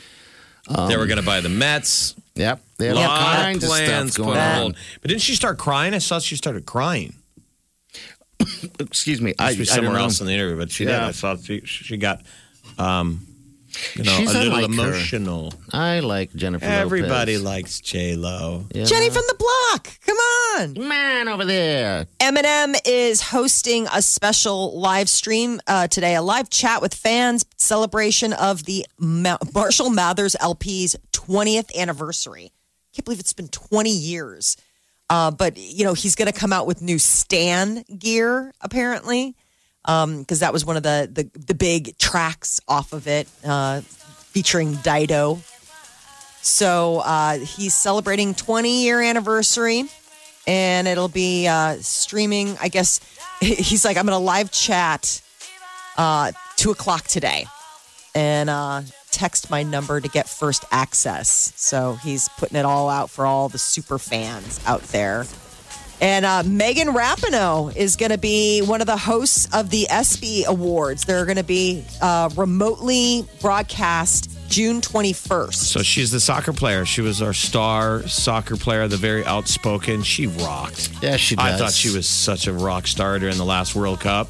S1: they
S5: Um.
S1: were going to buy the Mets.
S6: Yep, they have all
S1: lot
S6: kinds
S1: of
S6: of
S1: plans
S6: stuff going
S1: put on
S6: on.
S1: hold. But didn't she start crying? I saw she started crying.
S6: Excuse me,
S1: I,
S6: I,
S1: Must be
S6: I don't
S1: somewhere
S6: know.
S1: else in the interview, but she did.
S6: Yeah.
S1: I saw she, she got, um, you know,
S6: She's
S1: a little
S6: unlike her.
S1: emotional.
S6: I like Jennifer.
S1: Everybody
S6: Lopez.
S1: likes J Lo.
S6: Yeah.
S5: Jenny from the block, come on.
S6: man over there.
S5: Eminem is hosting a special live stream uh, today, a live chat with fans, celebration of the Ma- Marshall Mathers LP's 20th anniversary. Can't believe it's been 20 years. Uh, but, you know, he's going to come out with new Stan gear, apparently, because that was one of the, the, the big tracks off of it, uh, featuring Dido. So uh, he's celebrating 20 year anniversary and it'll be uh, streaming. I guess he's like, I'm going to live chat uh, two o'clock today, and uh, text my number to get first access. So he's putting it all out for all the super fans out there. And uh, Megan Rapinoe is going to be one of the hosts of the ESPY Awards. They're going to be uh, remotely broadcast June 21st.
S1: So she's the soccer player. She was our star soccer player, the very outspoken. She rocked.
S6: Yeah, she
S1: I
S6: does.
S1: thought she was such a rock star during the last World Cup.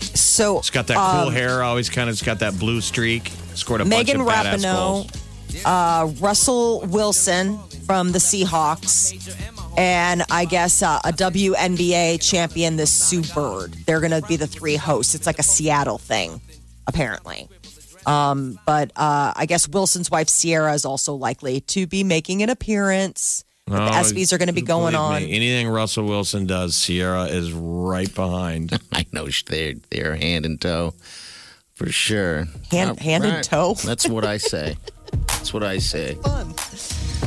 S5: So
S1: She's got that cool hair, always kind of has got that blue streak. Scored a
S5: Um, Megan
S1: bunch of badass
S5: Rapinoe,
S1: goals.
S5: uh, Russell Wilson from the Seahawks, and I guess uh, a WNBA champion, this Sue Bird. They're going to be the three hosts. It's like a Seattle thing, apparently. Um, but uh, I guess Wilson's wife Sierra is also likely to be making an appearance. But the
S1: Oh,
S5: ESPYS are going to be going on.
S1: Believe me, anything Russell Wilson does, Sierra is right behind.
S6: I know she- they're they're hand and toe for sure.
S5: Hand-
S6: All
S5: hand and toe?
S6: That's what I say. That's what I say.
S5: Fun.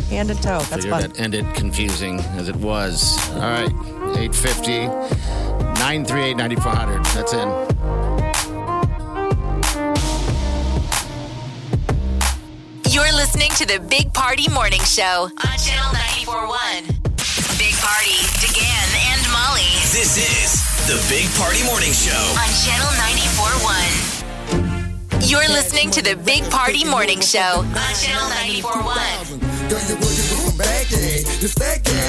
S5: Hand and toe. That's
S6: Figured
S5: fun.
S6: that ended confusing as it was. All right, 850 938 9400. That's in.
S4: You're listening to the Big Party Morning Show on Channel 941. Big Party, DeGan and Molly
S3: This is the Big Party Morning Show.
S4: on Channel 941. You're listening to the Big Party Morning Show on Channel 941.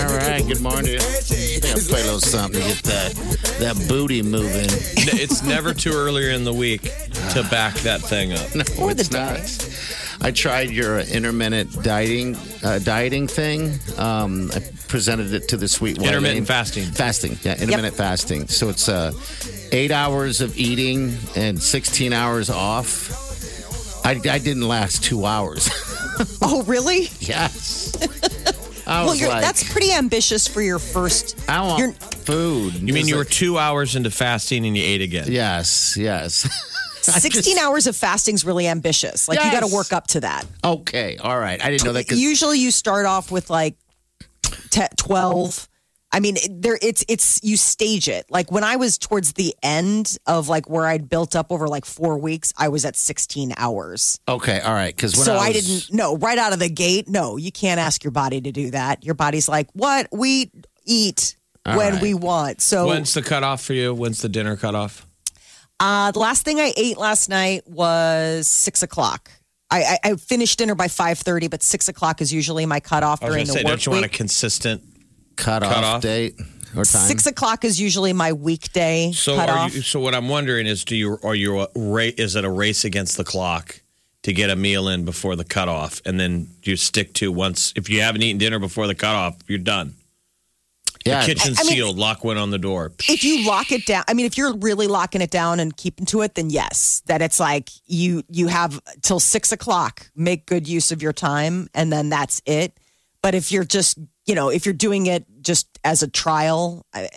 S6: All right, good morning. I think I'll play a little something to get that, that booty moving.
S1: N- it's never too early in the week to back that thing up.
S6: No, it's not. I tried your intermittent dieting uh, dieting thing. Um, I presented it to the sweet wife.
S1: Intermittent fasting.
S6: Fasting, yeah, intermittent fasting. So it's uh, eight hours of eating and 16 hours off. I, I didn't last two hours.
S5: Oh, really?
S6: yes. I
S5: Well,
S6: was
S5: you're,
S6: like,
S5: that's pretty ambitious for your first.
S6: I want
S5: you're-
S6: food.
S1: You mean you were two hours into fasting and you ate again?
S6: Yes, yes. I
S5: 16
S6: just-
S5: hours of fasting is really ambitious. Like, you
S6: Yes.
S5: got to work up to that.
S6: Okay, all right. I didn't know that because
S5: Usually, you start off with like te- 12. I mean, it- there it's it's you stage it. Like when I was towards the end of like where I'd built up over like four weeks, I was at 16 hours.
S6: Okay, all right. Because when
S5: so
S6: I,
S5: I,
S6: was,
S5: didn't no right out of the gate. No, you can't ask your body to do that. Your body's like, what we eat
S6: All
S5: when
S6: right.
S5: we want. So
S1: When's the cutoff for you? When's the dinner cutoff?
S5: Uh, the last thing I ate last night was six o'clock. I, I, I finished dinner by five thirty, but six o'clock is usually my cutoff
S1: I was
S5: during
S1: going to say,
S5: the work
S1: don't you want a
S5: week.
S1: consistent?
S6: cut off,
S1: Cut off?
S6: date or time.
S5: Six o'clock is usually my weekday
S1: So
S5: cutoff.
S1: are you, so what I'm wondering is, do you are you a ra- is it a race against the clock? to get a meal in before the cutoff, and then you stick to once. If you haven't eaten dinner before the cutoff, you're done.
S6: Yeah.
S1: the kitchen's
S5: I- I mean-
S1: sealed. Lock went on the door.
S5: if you lock it down i mean if you're really locking it down and keeping to it then yes that it's like you you have till six o'clock make good use of your time and then that's it but if you're just you know if you're doing it just as a trial I,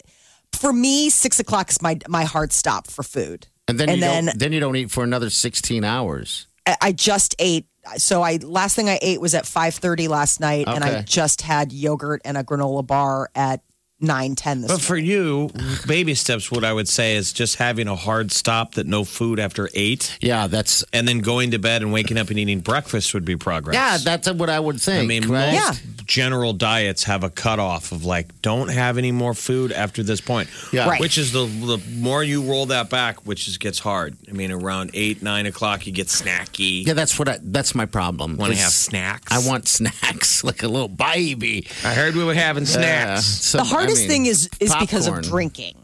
S5: for me six o'clock is my my hard stop for food
S6: And then
S5: and
S6: you
S5: then
S6: don't, then you don't eat for another 16 hours.
S5: I- I just ate. So I last thing I ate was at five thirty last night, and I
S6: Okay.
S5: just had yogurt and a granola bar at nine ten this.
S1: But for you, baby steps. What I would say is just having a hard stop that no food after eight.
S6: Yeah, that's
S1: and then going to bed and waking up and eating breakfast would be progress.
S6: Yeah, that's what I would think.
S1: I mean,
S6: right?
S1: most general diets have a cutoff of like, don't have any more food after this point.
S6: Yeah. Right.
S1: Which is the, the more you roll that back, which is gets hard. I mean, around eight, nine o'clock, you get snacky.
S6: Yeah, that's what I, that's my problem.
S1: Want to
S6: is
S1: have snacks?
S6: I want snacks like a little baby.
S1: I heard we were having
S6: Yeah,
S1: snacks.
S6: so,
S5: the hardest
S6: I mean,
S5: thing is is because of
S6: popcorn.
S5: drinking.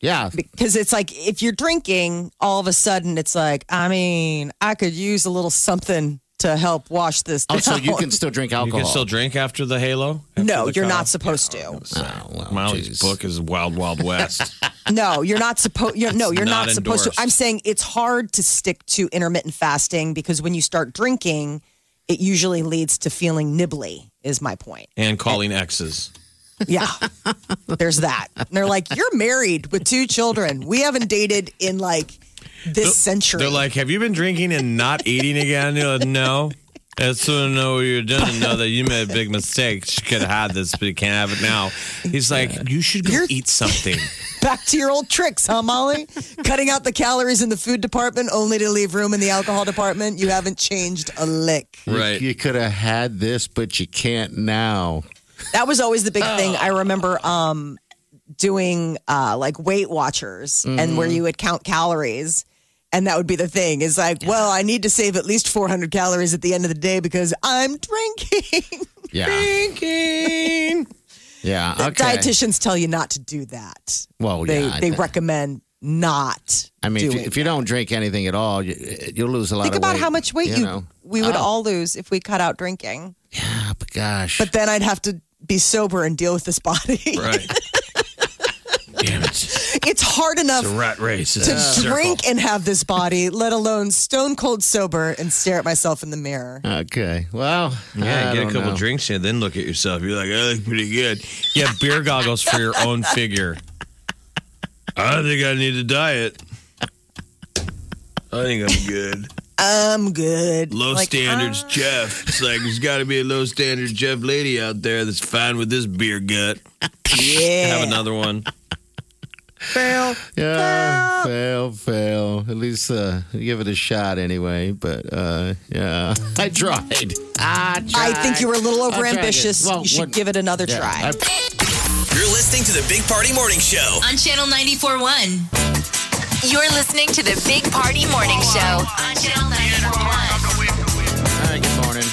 S6: Yeah,
S5: Because it's like if you're drinking, all of a sudden it's like, I mean, I could use a little something to help wash this. Down.
S6: Oh, so you can still drink
S1: You
S6: alcohol.
S1: can still drink after the halo. After
S5: no,
S1: the
S5: you're not
S1: cutoff?
S5: supposed to.
S6: Oh, well,
S1: Molly's
S6: geez.
S1: book is Wild Wild West.
S5: No, you're not supposed. You're, no,
S1: It's
S5: you're not,
S1: not
S5: supposed to.
S1: endorsed.
S5: I'm saying it's hard to stick to intermittent fasting because when you start drinking, it usually leads to feeling nibbly. Is my point.
S1: and calling exes.
S5: Yeah, there's that. And they're like, you're married with two children. We haven't dated in like this century.
S1: They're like, have you been drinking and not eating again? You're like, no. I still know what you're doing. Know that you made a big mistake. She could have had this, but you can't have it now. He's like, you should go
S5: You're-
S1: eat something.
S5: Back to your old tricks, huh, Molly? Cutting out the calories in the food department only to leave room in the alcohol department. You haven't changed a lick.
S1: Right.
S6: You could have had this, but you can't now.
S5: That was always the big
S6: Oh.
S5: thing. I remember um, doing uh, like Weight Watchers and
S6: Mm-hmm.
S5: where you would count calories. And that would be the thing is like, well, I need to save at least 400 calories at the end of the day because I'm drinking.
S6: Yeah,
S1: Drinking.
S6: yeah.
S5: The
S6: Okay.
S5: Dietitians tell you not to do that.
S6: Well,
S5: they,
S6: yeah, I-
S5: they recommend not.
S6: I mean, if you,
S5: doing
S6: if you don't drink anything at all, you, you'll lose a lot.
S5: Think
S6: of
S5: about
S6: weight,
S5: how much weight you,
S6: know.
S5: we would all lose if we cut out drinking.
S6: Ah, but gosh,
S5: But then I'd have to be sober and deal with this body.
S1: Right. Damn it. It's
S5: it's hard enough
S1: a rat race. It's
S5: to
S1: a circle.
S5: drink and have this body, let alone stone cold sober and stare at myself in the mirror.
S6: okay. Well,
S1: Yeah,
S6: I
S1: get a
S6: don't
S1: couple
S6: know.
S1: drinks and then look at yourself. You're like, I look pretty good. Yeah, beer goggles for your own figure. I think I need a diet. I think I'm good.
S5: I'm good.
S1: Low
S5: Like,
S1: standards, Jeff. It's like there's got to be a low standards Jeff lady out there that's fine with this beer gut. Have
S5: Yeah.
S1: another one.
S6: Yeah, fail, fail. At least uh, give it a shot anyway. But uh, yeah, I tried. I tried.
S5: I think you were a little
S6: I tried it.
S5: overambitious.
S6: Well,
S5: you should
S6: what-
S5: give it another
S6: Yeah,
S5: try.
S6: I-
S3: You're listening to the Big Party Morning Show.
S4: on Channel 941. You're listening to the Big Party Morning Show on Channel 941.
S6: all right, good morning.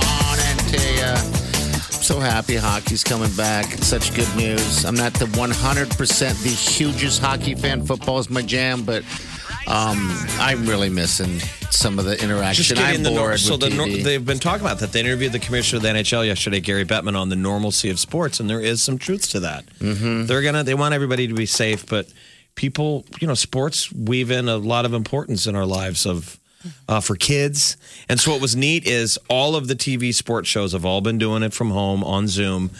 S6: Good morning to you. I'm so happy hockey's coming back. It's such good news. I'm not the 100% the hugest hockey fan. Football's my jam, but um, I'm really missing some of the interaction.
S1: Just
S6: I'm
S1: getting the
S6: bored
S1: nor-
S6: with
S1: so the nor-
S6: TV.
S1: they've been talking about that. They interviewed the commissioner of the NHL yesterday, Gary Bettman, on the normalcy of sports, and there is some truth to that. Mm-hmm. They're gonna they want everybody to be safe, but people, you know, sports weave in a lot of importance in our lives of uh, for kids. And so what was neat is all of the TV sports shows have all been doing it from home on Zoom.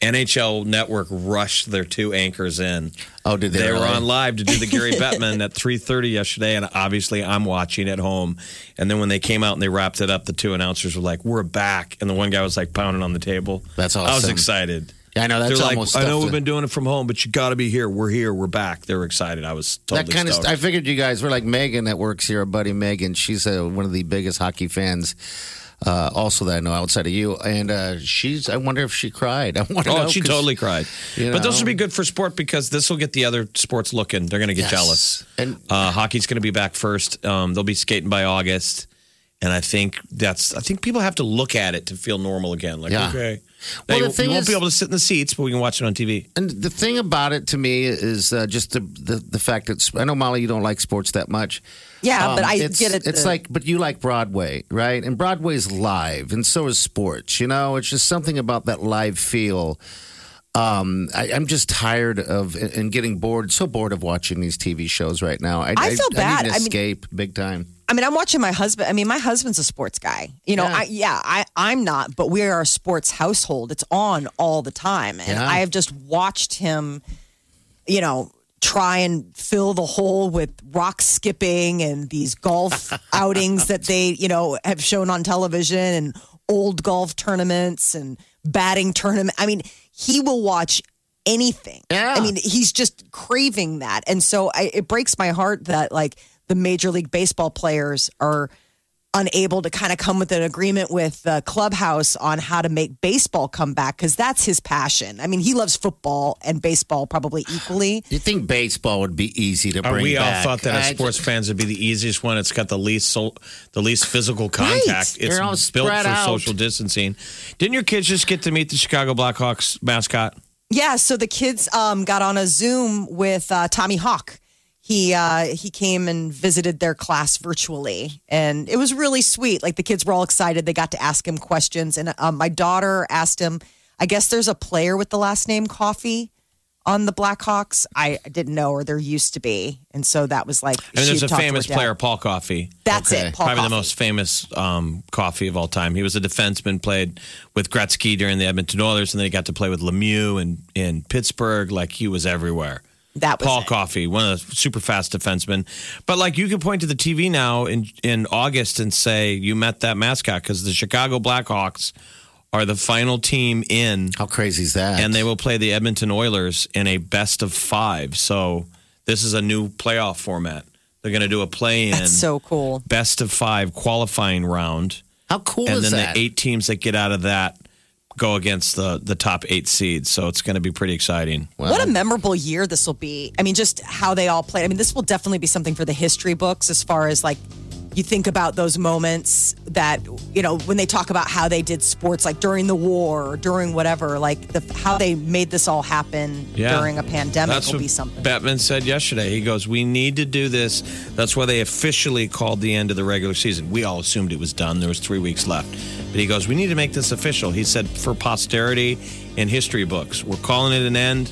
S1: NHL Network rushed their two anchors in.
S6: oh, did they?
S1: They were
S6: really?
S1: on live to do the Gary Bettman at 3:30 yesterday, and obviously I'm watching at home. And then when they came out and they wrapped it up, the two announcers were like, "We're back!" And the one guy was like pounding on the table.
S6: That's
S1: I was
S6: awesome.
S1: excited.
S6: Yeah, I know that's
S1: They're like,
S6: almost.
S1: "I know
S6: stuff
S1: we've
S6: to-
S1: been doing it from home, but you got to be here. We're here. We're back." They were excited. I was totally
S6: that kind of.
S1: stoked.
S6: I figured you guys were like Megan that works here, our buddy Megan. She's uh, one of the biggest hockey fans. Uh, also, that I know outside of you, and uh, she's. I wonder if she cried. I want to
S1: Oh,
S6: know.
S1: she
S6: 'cause-
S1: totally cried.
S6: you
S1: But this
S6: know.
S1: will be good for sport because this will get the other sports looking. They're going to
S6: Yes.
S1: get jealous.
S6: And-
S1: uh, hockey's going to be back first. Um, they'll be skating by August, and I think that's. I think people have to look at it to feel normal again. Like
S6: Yeah.
S1: okay, They
S6: Well, the thing
S1: you won't
S6: is-
S1: be able to sit in the seats, but we can watch it on TV.
S6: And the thing about it to me is uh, just the, the the fact that I know Molly, you don't like sports that much.
S5: Yeah, but I
S6: Um, it's,
S5: get it,
S6: It's
S5: the-
S6: like, but you like Broadway, right? And Broadway's live, and so is sports. You know, it's just something about that live feel. Um, I, I'm just tired of and getting bored, so bored of watching these TV shows right now. I,
S5: I feel bad.
S6: I need
S5: I
S6: an
S5: mean-
S6: escape, big time.
S5: I mean, I'm watching my husband. I mean, my husband's a sports guy. You know,
S6: Yeah.
S5: I yeah, I I'm not, but we are a sports household. It's on all the time, and
S6: Yeah.
S5: I have just watched him, you know, try and fill the hole with rock skipping and these golf outings that they you know have shown on television and old golf tournaments and batting tournament. I mean, he will watch anything.
S6: Yeah.
S5: I mean, he's just craving that. And so I, it breaks my heart that like the major league baseball players are unable to kind of come with an agreement with the clubhouse on how to make baseball come back because that's his passion. I mean, he loves football and baseball probably equally.
S6: You think baseball would be easy to
S1: Uh,
S6: bring?
S1: we all
S6: back.
S1: thought that as
S6: I-
S1: sports fans would be the easiest one. It's got the least so, the least physical contact. It's
S6: They're all
S1: built
S6: spread
S1: for
S6: out.
S1: social distancing. Didn't your kids just get to meet the Chicago Blackhawks mascot?
S5: Yeah, so the kids um, got on a Zoom with uh, Tommy Hawk. He uh, he came and visited their class virtually, and it was really sweet. Like the kids were all excited; they got to ask him questions, and um, my daughter asked him. I guess there's a player with the last name Coffee on the Blackhawks. I didn't know, or there used to be, and so that was like.
S1: I mean,
S5: she
S1: there's a
S5: had talked to
S1: famous
S5: her dad.
S1: player, Paul Coffey.
S5: That's it, Paul
S1: Probably the
S5: Coffey.
S1: most famous um, coffee of all time. He was a defenseman, played with Gretzky during the Edmonton Oilers, and then he got to play with Lemieux in, in Pittsburgh. Like he was everywhere.
S5: That was
S1: Paul
S5: it.
S1: Coffey, one of the super fast defensemen. But like you can point to the TV now in in August and say you met that mascot because the Chicago Blackhawks are the final team in,
S6: How crazy is that?
S1: and they will play the Edmonton Oilers in a best of five. So this is a new playoff format. They're going to do a play in
S5: That's so cool.
S1: best of five qualifying round,
S6: how cool
S1: and
S6: is
S1: then
S6: that?
S1: the eight teams that get out of that go against the the top eight seeds. So it's going to be pretty exciting.
S5: What a memorable year this will be. I mean, just how they all played. I mean, this will definitely be something for the history books as far as like you think about those moments that, you know, when they talk about how they did sports, like during the war or during whatever, like the, how they made this all happen
S1: Yeah.
S5: during a pandemic
S1: That's
S5: will
S1: what
S5: be something.
S1: Batman said yesterday. He goes, "We need to do this." That's why they officially called the end of the regular season. We all assumed it was done. There was three weeks left, but he goes, "We need to make this official." He said, "For posterity and history books, we're calling it an end."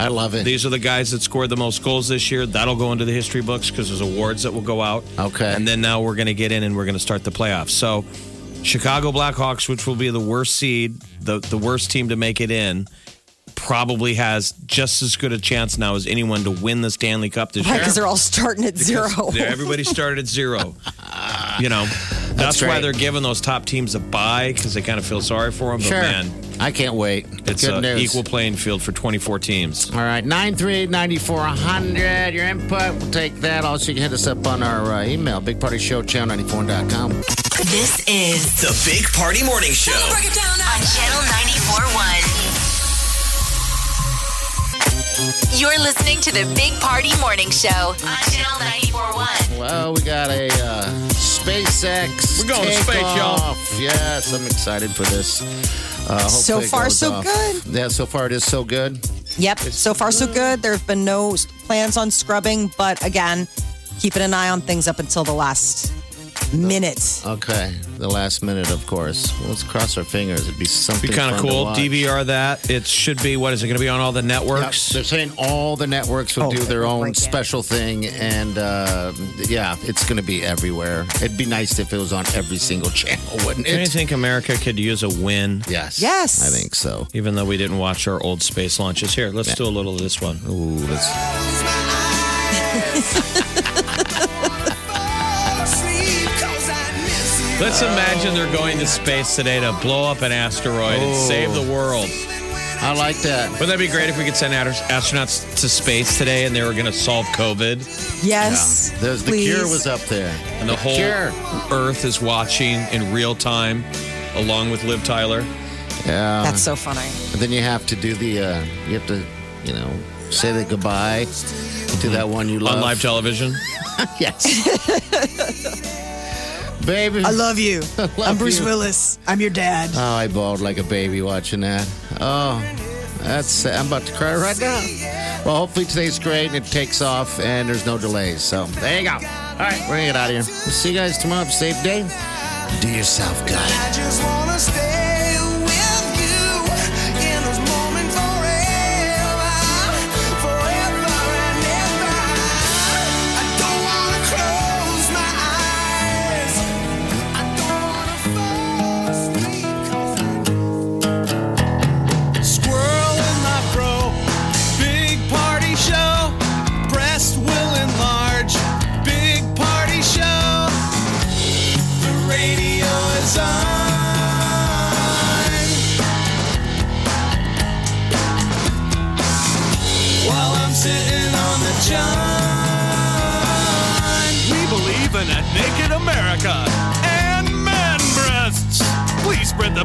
S6: I love it.
S1: These are the guys that scored the most goals this year. That'll go into the history books because there's awards that will go out.
S6: Okay.
S1: And then now we're going to get in and we're going to start the playoffs. So, Chicago Blackhawks, which will be the worst seed, the, the worst team to make it in, probably has just as good a chance now as anyone to win the Stanley Cup this
S5: Right,
S1: year.
S5: because they're all starting at zero.
S1: Yeah, everybody started at zero. You know, that's,
S6: That's
S1: why
S6: great.
S1: they're giving those top teams a bye because they kind of feel sorry for them. But
S6: sure.
S1: man,
S6: I can't wait.
S1: it's
S6: Good
S1: an
S6: news.
S1: equal playing field for 24 teams.
S6: All right, 938-9400, your input. We'll take that. Also, you can hit us up on our uh, email, bigpartyshow.channel94.com.
S4: This is
S3: The Big Party Morning Show.
S4: on Channel 94.1. You're listening to the Big Party Morning Show on Channel 94.1.
S6: Well, we got a uh, SpaceX
S1: We're going to space, y'all.
S6: takeoff. Yes, I'm excited for this. Uh,
S5: So
S6: hopefully it
S5: far,
S6: goes
S5: so
S6: off.
S5: good.
S6: Yeah, so far it is so good.
S5: Yep. So far, so good. There have been no s- plans on scrubbing, but again, keeping an eye on things up until the last minute.
S6: Okay, the last minute, of course. Let's cross our fingers. It'd be something
S1: Be kind of
S6: fun to
S1: cool.
S6: watch.
S1: DVR that. It should be what is it going to be on all the
S6: Yeah,
S1: networks?
S6: they're saying all the networks will
S5: Oh,
S6: do their own
S5: break it.
S6: special thing, and uh, yeah, it's going to be everywhere. It'd be nice if it was on every single channel, wouldn't
S1: Do you
S6: it?
S1: think America could use a win?
S6: Yes.
S5: Yes.
S6: I think so.
S1: Even though we didn't watch our old space launches. Here, let's do a little of this one.
S6: Ooh, that's
S1: Let's imagine they're going to space today to blow up an asteroid and save
S6: Oh.
S1: the world.
S6: I like that.
S1: Wouldn't that be great if we could send ast- astronauts to space today and they were going to solve COVID?
S5: Yes.
S6: There's the
S5: please.
S6: cure was up there.
S1: And the whole
S6: Sure.
S1: Earth is watching in real time along with Liv Tyler.
S6: Yeah.
S5: That's so funny.
S6: And then you have to do the. Uh, you have to, you know, say the goodbye to that one you love.
S1: On live television.
S6: yes. baby.
S12: I love you. I'm Bruce
S6: you.
S12: Willis. I'm your dad.
S6: Oh, I bawled like a baby watching that. Oh, that's sad. I'm about to cry right now. Well, hopefully today's great and it takes off and there's no delays. So there you go. All right, we're gonna get out of here. We'll see you guys tomorrow. Have a safe day. Do yourself good.
S13: I just wanna stay with you in this moment forever, forever and ever. I don't wanna close my eyes. I don't wanna fall asleep 'cause I
S2: Squirrel in my pro, big party show. Breast will enlarge, big party show. The radio is on. While I'm sitting on the john. We believe in a naked America and man breasts. Please spread the